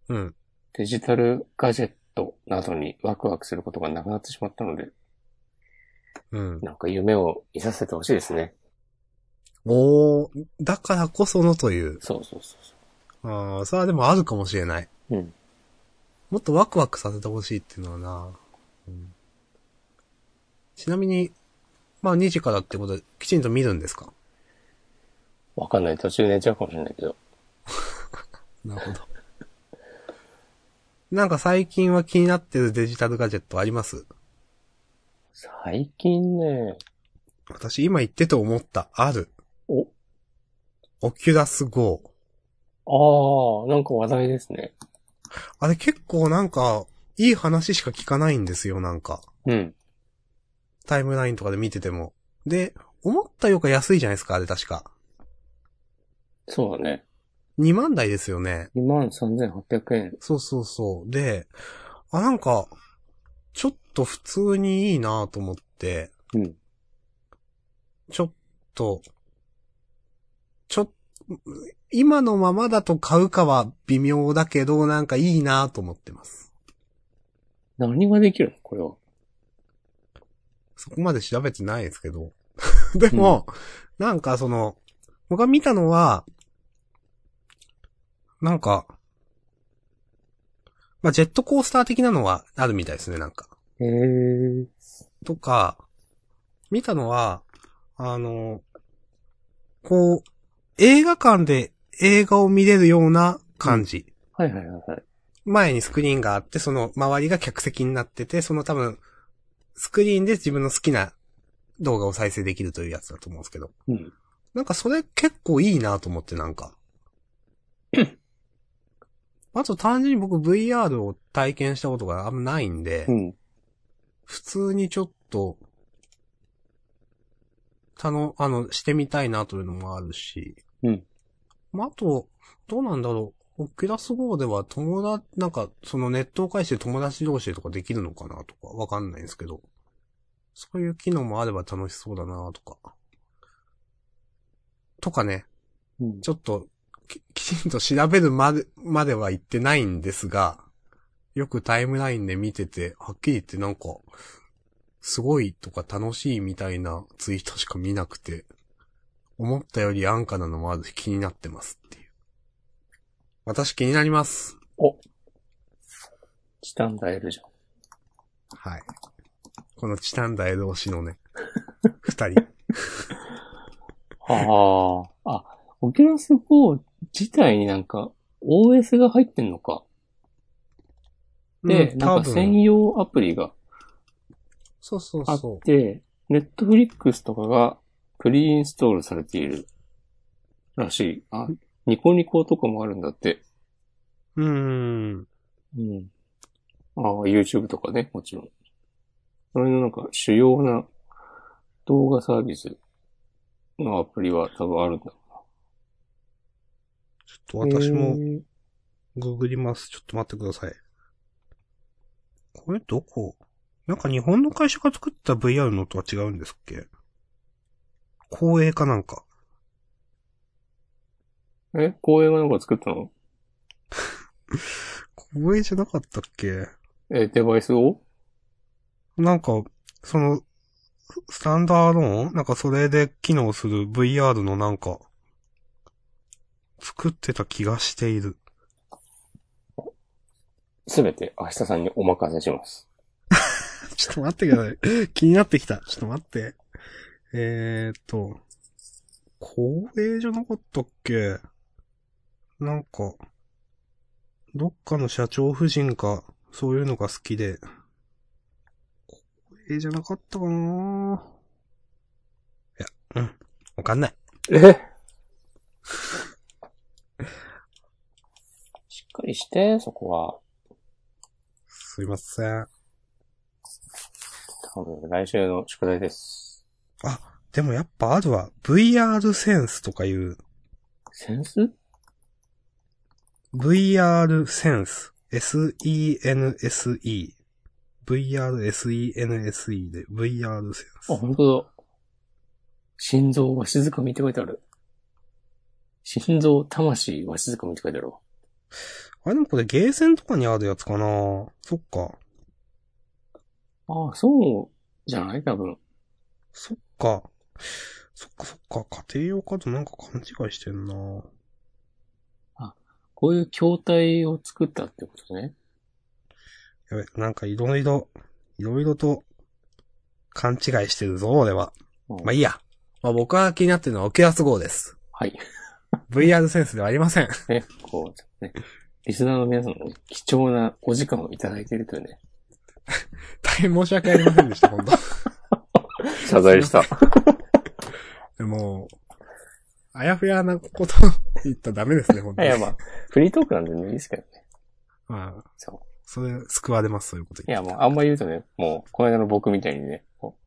うん。デジタルガジェットなどにワクワクすることがなくなってしまったので、うん。なんか夢を見させてほしいですね。おー、だからこそのという。そうそうそうそああ、それはでもあるかもしれない。う。うん。もっとワクワクさせてほしいっていうのはな、うんちなみに、まあ2時からってことで、きちんと見るんですかわかんない。途中寝ちゃうかもしれないけど。なるほど。 [laughs] なんか最近は気になってるデジタルガジェットあります最近ね、私今言ってて思った、ある。お、オキュラス GO。ああ、なんか話題ですね。あれ結構なんか、いい話しか聞かないんですよ、なんか。うん。タイムラインとかで見てても。で、思ったよりか安いじゃないですか、あれ確か。そうだね。 2万台ですよね。 23,800円。そうそうそう。で、あ、なんか、ちょっと普通にいいなと思って、うん。ちょっと、ちょ、今のままだと買うかは微妙だけど、なんかいいなと思ってます。何ができるのこれは。そこまで調べてないですけど。 [laughs] でも、なんかその、僕が見たのは、なんか、まあ、ジェットコースター的なのはあるみたいですね、なんか。へえ。とか、見たのは、あの、こう、映画館で映画を見れるような感じ。はいはいはいはい。前にスクリーンがあって、その周りが客席になってて、その多分、スクリーンで自分の好きな動画を再生できるというやつだと思うんですけど。うん。なんかそれ結構いいなと思って、なんか。あと単純に僕 VR を体験したことがあんまないんで、うん。普通にちょっと、たの、あの、してみたいなというのもあるし。うん。まあ、あと、どうなんだろう。オキュラス号では友達、なんか、そのネットを介して友達同士でとかできるのかなとか、わかんないんですけど。そういう機能もあれば楽しそうだなとか。とかね、うん、ちょっと、き、 [laughs] きちんと調べるまで、までは言ってないんですが、よくタイムラインで見てて、はっきり言ってなんか、すごいとか楽しいみたいなツイートしか見なくて、思ったより安価なのもあるし気になってますっていう。私気になります。チタンダイルじゃん。はい。このチタンダエル推しの [laughs] ね、二人。ああ。あ、オキュラス GO 自体になんか OS が入ってんのか。で、うんなんか専用アプリがそうそうあそっう。て、ネットフリックスとかがプリインストールされているらしい。あ、ニコニコとかもあるんだって。うーうん。ん。ああ、YouTube とかね、もちろん。それのなんか主要な動画サービスのアプリは多分あるんだ。ちょっと私えもーググります。ちょっと待ってください。これどこなんか日本の会社が作った VR のとは違うんですっけ公営かなんか。え公園がなんか作ったの公営じゃなかったっけえ、デバイスをなんか、その、ススタンダードーンなんかそれで機能する VR のなんか、作ってた気がしている。すべて明日さんにお任せします。ちょっと待ってください。気になってきた。ちょっと待って。えーっと、公営じゃなかったっけなんか、どっかの社長夫人か、そういうのが好きで、公営じゃなかったかないや、うん。わかんない。えしっかりして、そこは。すいません。多分来週の宿題です。でもやっぱあるわ。VR センスとかいう。センス VR センス。S-E-N-S-E。VR S-E-N-S-E で VR センあ、ス。本当だ。心臓は静かみって書いてある。心臓、魂は静かみって書いてあるわ。あれでもこれゲーセンとかにあるやつかなそっか。ああ、そうじゃない多分。そっか。そっかそっか。家庭用かとなんか勘違いしてんなこういう筐体を作ったってことね。やべ、なんかいろいろ、いろいろと勘違いしてるぞ、俺は。うんまあいいや。まあ僕は気になってるのはオキュラス号です。 [laughs] はい。 VR センスではありません。ね、こう、ね、リスナーの皆さんのね貴重なお時間をいただいているというね。大変申し訳ありませんでし [laughs] た、本当謝罪した。でも、あやふやなこと [laughs] 言ったらダメですね、本当いに。や、まあ、フリートークなんでねいいですけどね。まあ、そそれ、救われます、そういうことう。い言や、もう、あんま言うとね、もう、この間の僕みたいにね、こう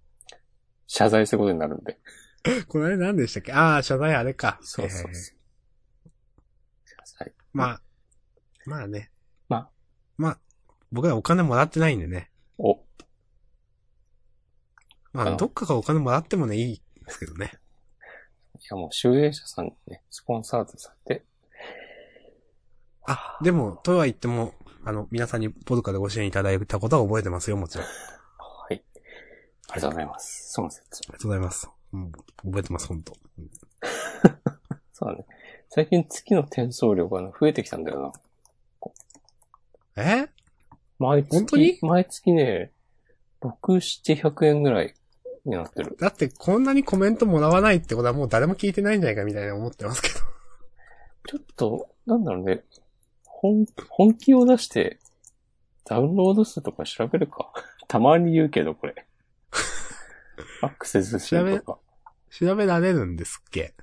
謝罪することになるんで。って。これ何でしたっけああ、謝罪あれか。そうそうそえう。ー謝罪。まあ、まあね。まあ。まあ、僕らお金もらってないんでね。お、まああ、のどっかがお金もらってもね、いいですけどね。いやもう、集英社さんにね、スポンサーズされて、あ、でも、とは言っても、あの、皆さんにポドカでご支援いただいたことは覚えてますよ、もちろん。あはい。ありがとうございます。そうなんですよりがとうございます。うん、覚えてます、本当そうだね。最近月の転送量がね増えてきたんだよな。え毎月。本当に毎月ね、6、7、100円ぐらいになってる。だって、こんなにコメントもらわないってことはもう誰も聞いてないんじゃないかみたいな思ってますけど。ちょっと、なんだろうね。本、本気を出して、ダウンロード数とか調べるか。たまに言うけど、これ。アクセス数とか。調べられるんですっけ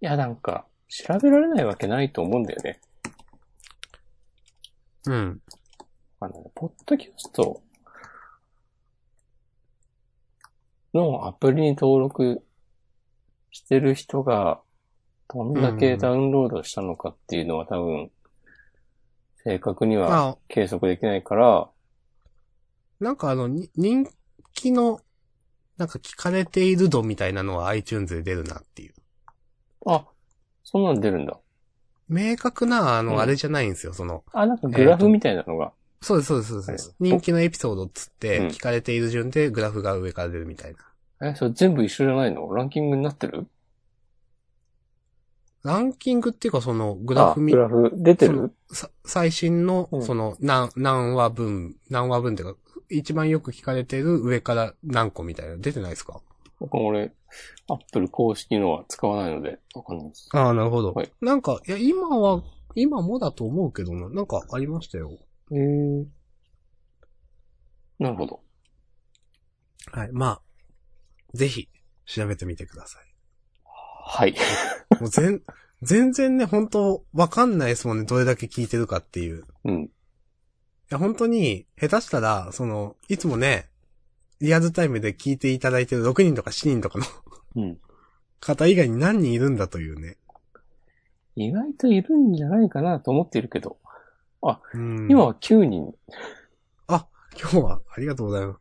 いや、なんか、調べられないわけないと思うんだよね。うん。あの、ポッドキャストのアプリに登録してる人が、どんだけダウンロードしたのかっていうのは多分、正確にはまあ、計測できないから、なんかあの、に人気の、なんか聞かれている度みたいなのは iTunes で出るなっていう。あ、そんなん出るんだ。明確な、あうの、んあれじゃないんですよ、その。あ、なんかグラフみたいなのが。そうです、そうです、そうですそうです。はい人気のエピソードっつって、うん聞かれている順でグラフが上から出るみたいな。えそれ全部一緒じゃないのランキングになってるランキングっていうか、その、グラフあみグ、ラフ出てそのるさ最新のう、んその、何、何話分、何話分っていうか、一番よく聞かれてる上から何個みたいな、出てないですか僕も俺、アップル公式のは使わないので、わかんないです。ああ、なるほど。はいなんか、いや、今は、今もだと思うけどな、なんかありましたよ。へえ。なるほど。はい。まあ、ぜひ、調べてみてください。はい。 [laughs] もう全、 [laughs] 全然ね、本当わかんないですもんね、どれだけ聞いてるかっていう。いうん。や、本当に、下手したら、その、いつもね、リアルタイムで聞いていただいてる6人とか7人とかのうん。方以外に何人いるんだというね。意外といるんじゃないかなと思っているけど、うん。今は9人。今日は、ありがとうございま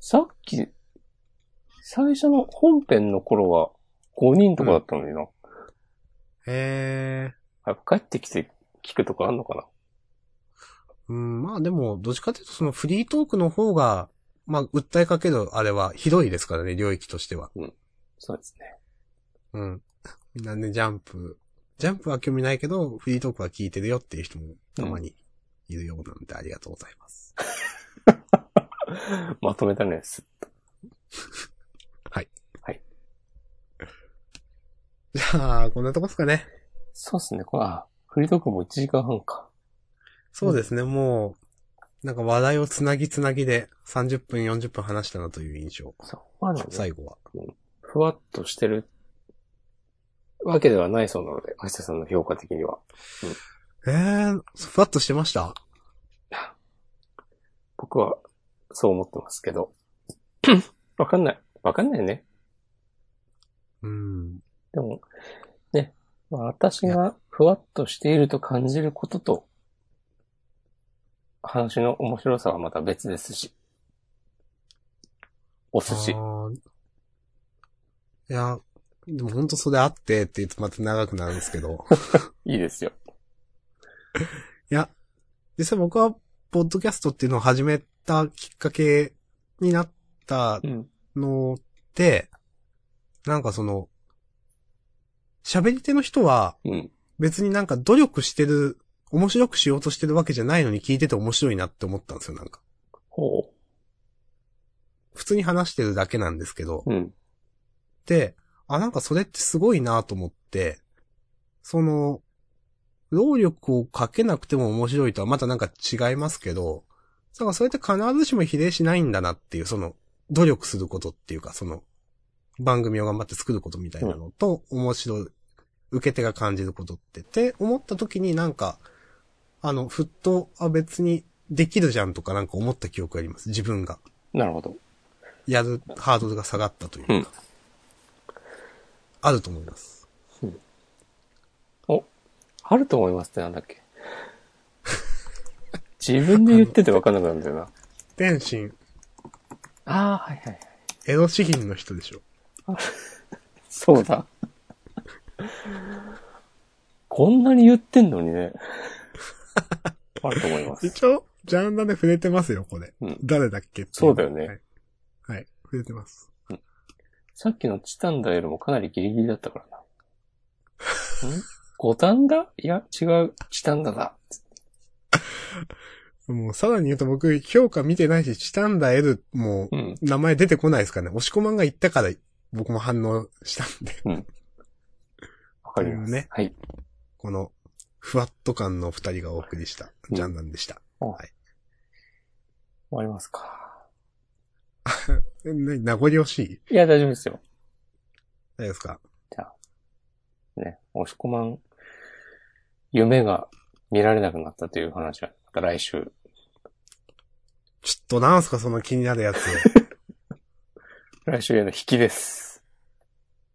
す。さっき、最初の本編の頃は5人とかだったのにな。えやっぱ帰ってきて聞くとかあんのかなー、うん、まあでも、どっちかというとそのフリートークの方が、まあ、訴えかけるあれはひどいですからね、領域としては。そうですね。 [laughs] うん。みんなね、ジャンプ、ジャンプは興味ないけど、フリートークは聞いてるよっていう人もたまにいるようなんで、ありがとうございます。まとめたねです。じゃあ、こんなとこですかね。そうですね。これは、フリートークも1時間半か。そうですね、もう、なんか話題をつなぎつなぎで30分、40分話したなという印象。そう。まあ、ね、最後は。ふわっとしてるわけではないそうなので、橋田さんの評価的には。えー、ふわっとしてました僕はそう思ってますけ [laughs] ど。わかんない。わかんないよね。うん。でも、ね、まあ、私がふわっとしていると感じることと、話の面白さはまた別ですし。お寿司あ。ーいや、でもほんとそれあってって言うとまた長くなるんですけ [laughs] ど。いいですよ。いや、実際僕は、ポッドキャストっていうのを始めたきっかけになったうん。のって、なんかその、喋り手の人はうん。別になんか努力してる、面白くしようとしてるわけじゃないのに聞いてて面白いなって思ったんですよ、なんか。ほ普通に話してるだけなんですけど。う。うん。で、あ、なんかそれってすごいなと思って、その、労力をかけなくても面白いとはまたなんか違いますけど、だからそれって必ずしも比例しないんだなっていう、その、努力することっていうか、その、番組を頑張って作ることみたいなのと、面白い、受け手が感じることって、って思った時になんか、あの、ふっと、あ、別にできるじゃんとかなんか思った記憶があります。自分が。なるほど。やるハードルが下がったというか、うんあると思います。お、あると思いますってなんだっ [laughs] け自分で言ってて分かんなくなるんだよな。天心、ああ、はいはいはい。エロ詩吟の人でしょ。そうだ。こんなに言ってんのにね。あると思います。一応、ジャンダで触れてますよ、これ。うん誰だっけっていそうだよねはい。はい触れてます。さっきのチタンダよりもかなりギリギリだったからな。ん五反田いや、違う。チタンダだ。もう、さらに言うと僕、評価見てないし、チタンダエル、もうん。う、名前出てこないですかね。押し込まんが言ったから、僕も反応したんで、 [laughs] わかります。ねはい。この、ふわっと感の二人がお送りした、うんジャンダンでした。終わりますか。えな名残惜しいいや、大丈夫ですよ。大丈夫ですかね。押し込まん、夢が見られなくなったという話は、また来週。ちょっとなんすか、その気になるやつ。来週への引きです。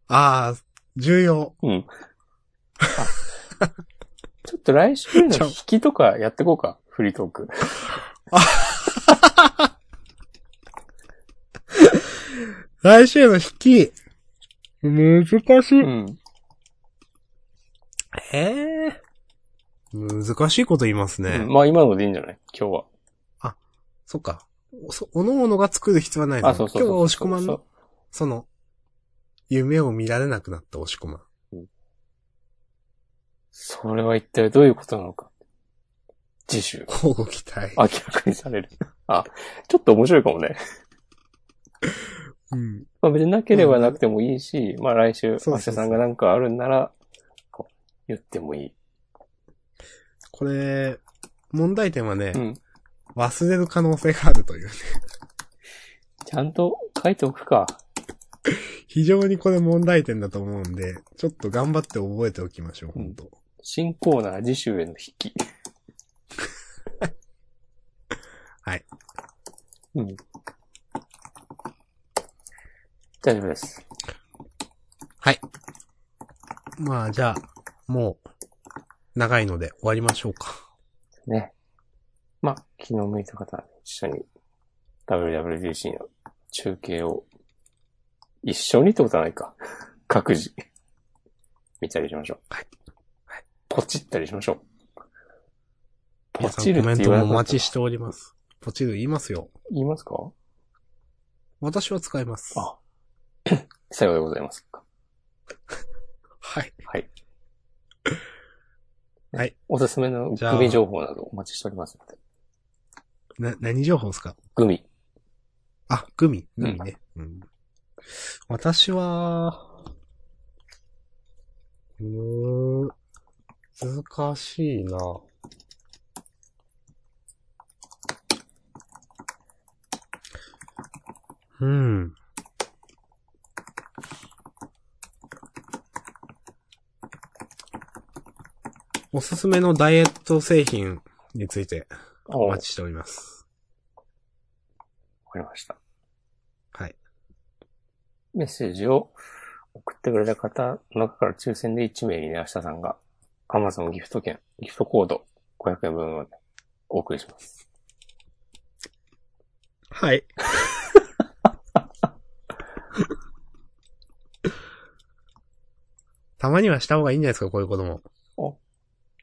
ああ、重要。うん。ちょっと来週への引きとかやってこうか、フリートーク。来週の引き。難しうい。ん。ええ難しいこと言いますね。うんまあ今のでいいんじゃない今日は。そっか。おそ、おのおのが作る必要はないのあ、そうそうそう。今日は押し込まんそのう、その、夢を見られなくなった押し込まん。それは一体どういうことなのか。次週、交互期待。明らかにさ [laughs] れる。あ、ちょっと面白いかもね。うん。まあ別になければなくてもいいし、まあ来週、そうそうそう明日さんがなんかあるんなら、こう言ってもいい。これ、問題点はね、うん。忘れる可能性があるというね。ちゃんと書いておくか。非常にこれ問題点だと思うんで、ちょっと頑張って覚えておきましょう、本当、新コーナー次週への引き。 [laughs] はい。うん。大丈夫です。まあ、じゃあ、もう、長いので終わりましょうか。ね。まあ、気の向いた方は一緒に WWDC の中継を、一緒にってことはないか。 [laughs] 各自、見たりしましょう。はい。はい。ポチったりしましょう。ポ皆さチんるっコてメン言トわもなおかっ待ちしております。ポチる言いますよ。言いますか私は使います。あ [coughs] さようでございます。はい。はい。はい。おすすめのじゃあグミ情報などお待ちしておりますので。な、何情報ですかグミ。あ、グミ。うんグミね。うん。私は、うーん、難しいな。うん。おすすめのダイエット製品についておおわ待ちしております。かりました。はい。メッセージを送ってくれた方の中から抽選で1名にね、明日さんが Amazon ギフト券、ギフトコード500円分をね、お送りします。はい。 [laughs] たまにはした方がいいんじゃないですか、こういうことも。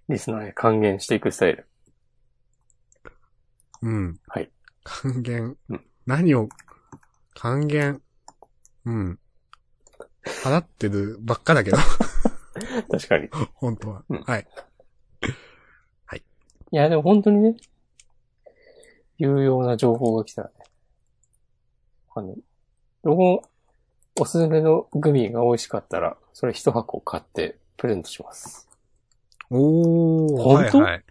リスナーへ還元していくスタイル。うん。はい。還元。うん何を、還元。うん。払ってるばっかだけど、 [laughs] 確かに。い本当は。うんはい。や、でも本当にね、有用な情報が来たらね、あの、僕もおすすめのグミが美味しかったら、それ一箱買ってプレゼントします。おー。本当はいはい。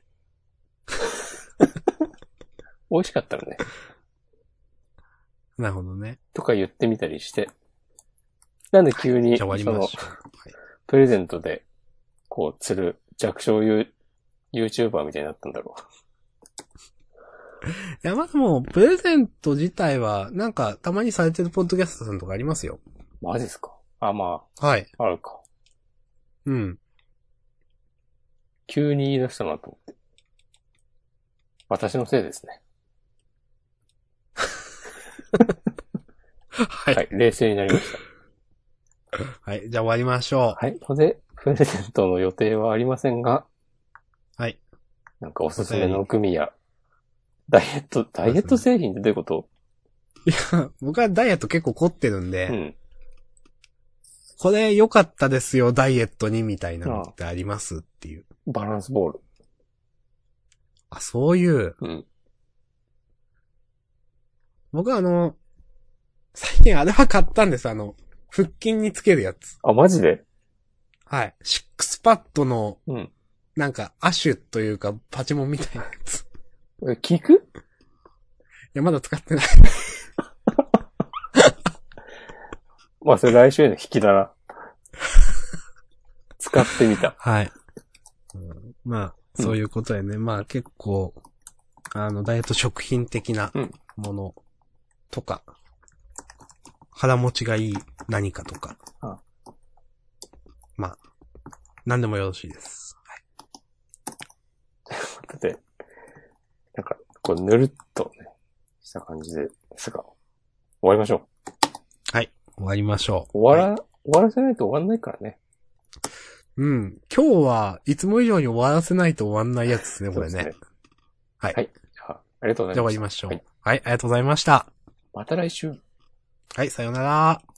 美味しかったらね、なるほどね。とか言ってみたりして、なんで急に、じゃあ終わりましょう。はいプレゼントで、こう、釣る弱小ユー YouTuber みたいになったんだろいや、まずもう、プレゼント自体は、なんか、たまにされてるポッドキャストさんとかありますよ。う。マジですかあ、まはい。あ、あるか。うん。急に言い出したなと思って。私のせいですね。はいは。い、冷静になりました。はい。じゃあ終わりましょう。はい、ので、プレゼントの予定はありませんが、はい。なんかおすすめのグミや、ダイエット、ダイエット製品ってどういうこと [laughs] 僕はダイエット結構凝ってるんで、うん。これ良かったですよ、ダイエットに、みたいなのってありますっていう。バランスボール。あ、そういう。うん。僕はあの、最近あれは買ったんです、あの、腹筋につけるやつ。あ、マジではい。シックスパッドの、うん。なんか、アシュというか、パチモンみたいなやつ。いえ、聞くや、まだ使ってない。まあ、それ来週への引きだ [laughs] な。使ってみた。はい。うんまあ、そういうことやね。まあ結構、あの、ダイエット食品的なうんものとか、腹持ちがいい何かとかあ。まあ、何でもよろしいです。だって、なんか、こう、ぬるっとね、した感じですが、終わりましょ終わりましょう。う。終わはいら、終わらせないと終わんないからね。うん。今日はいつも以上に終わらせないと終わんないやつですね、これそうねで。すはいはい。じゃあ、ありがとうじゃごあざい終わましりた。ましょはいう。はい、ありがとうございました。また来週。はい、さようなら。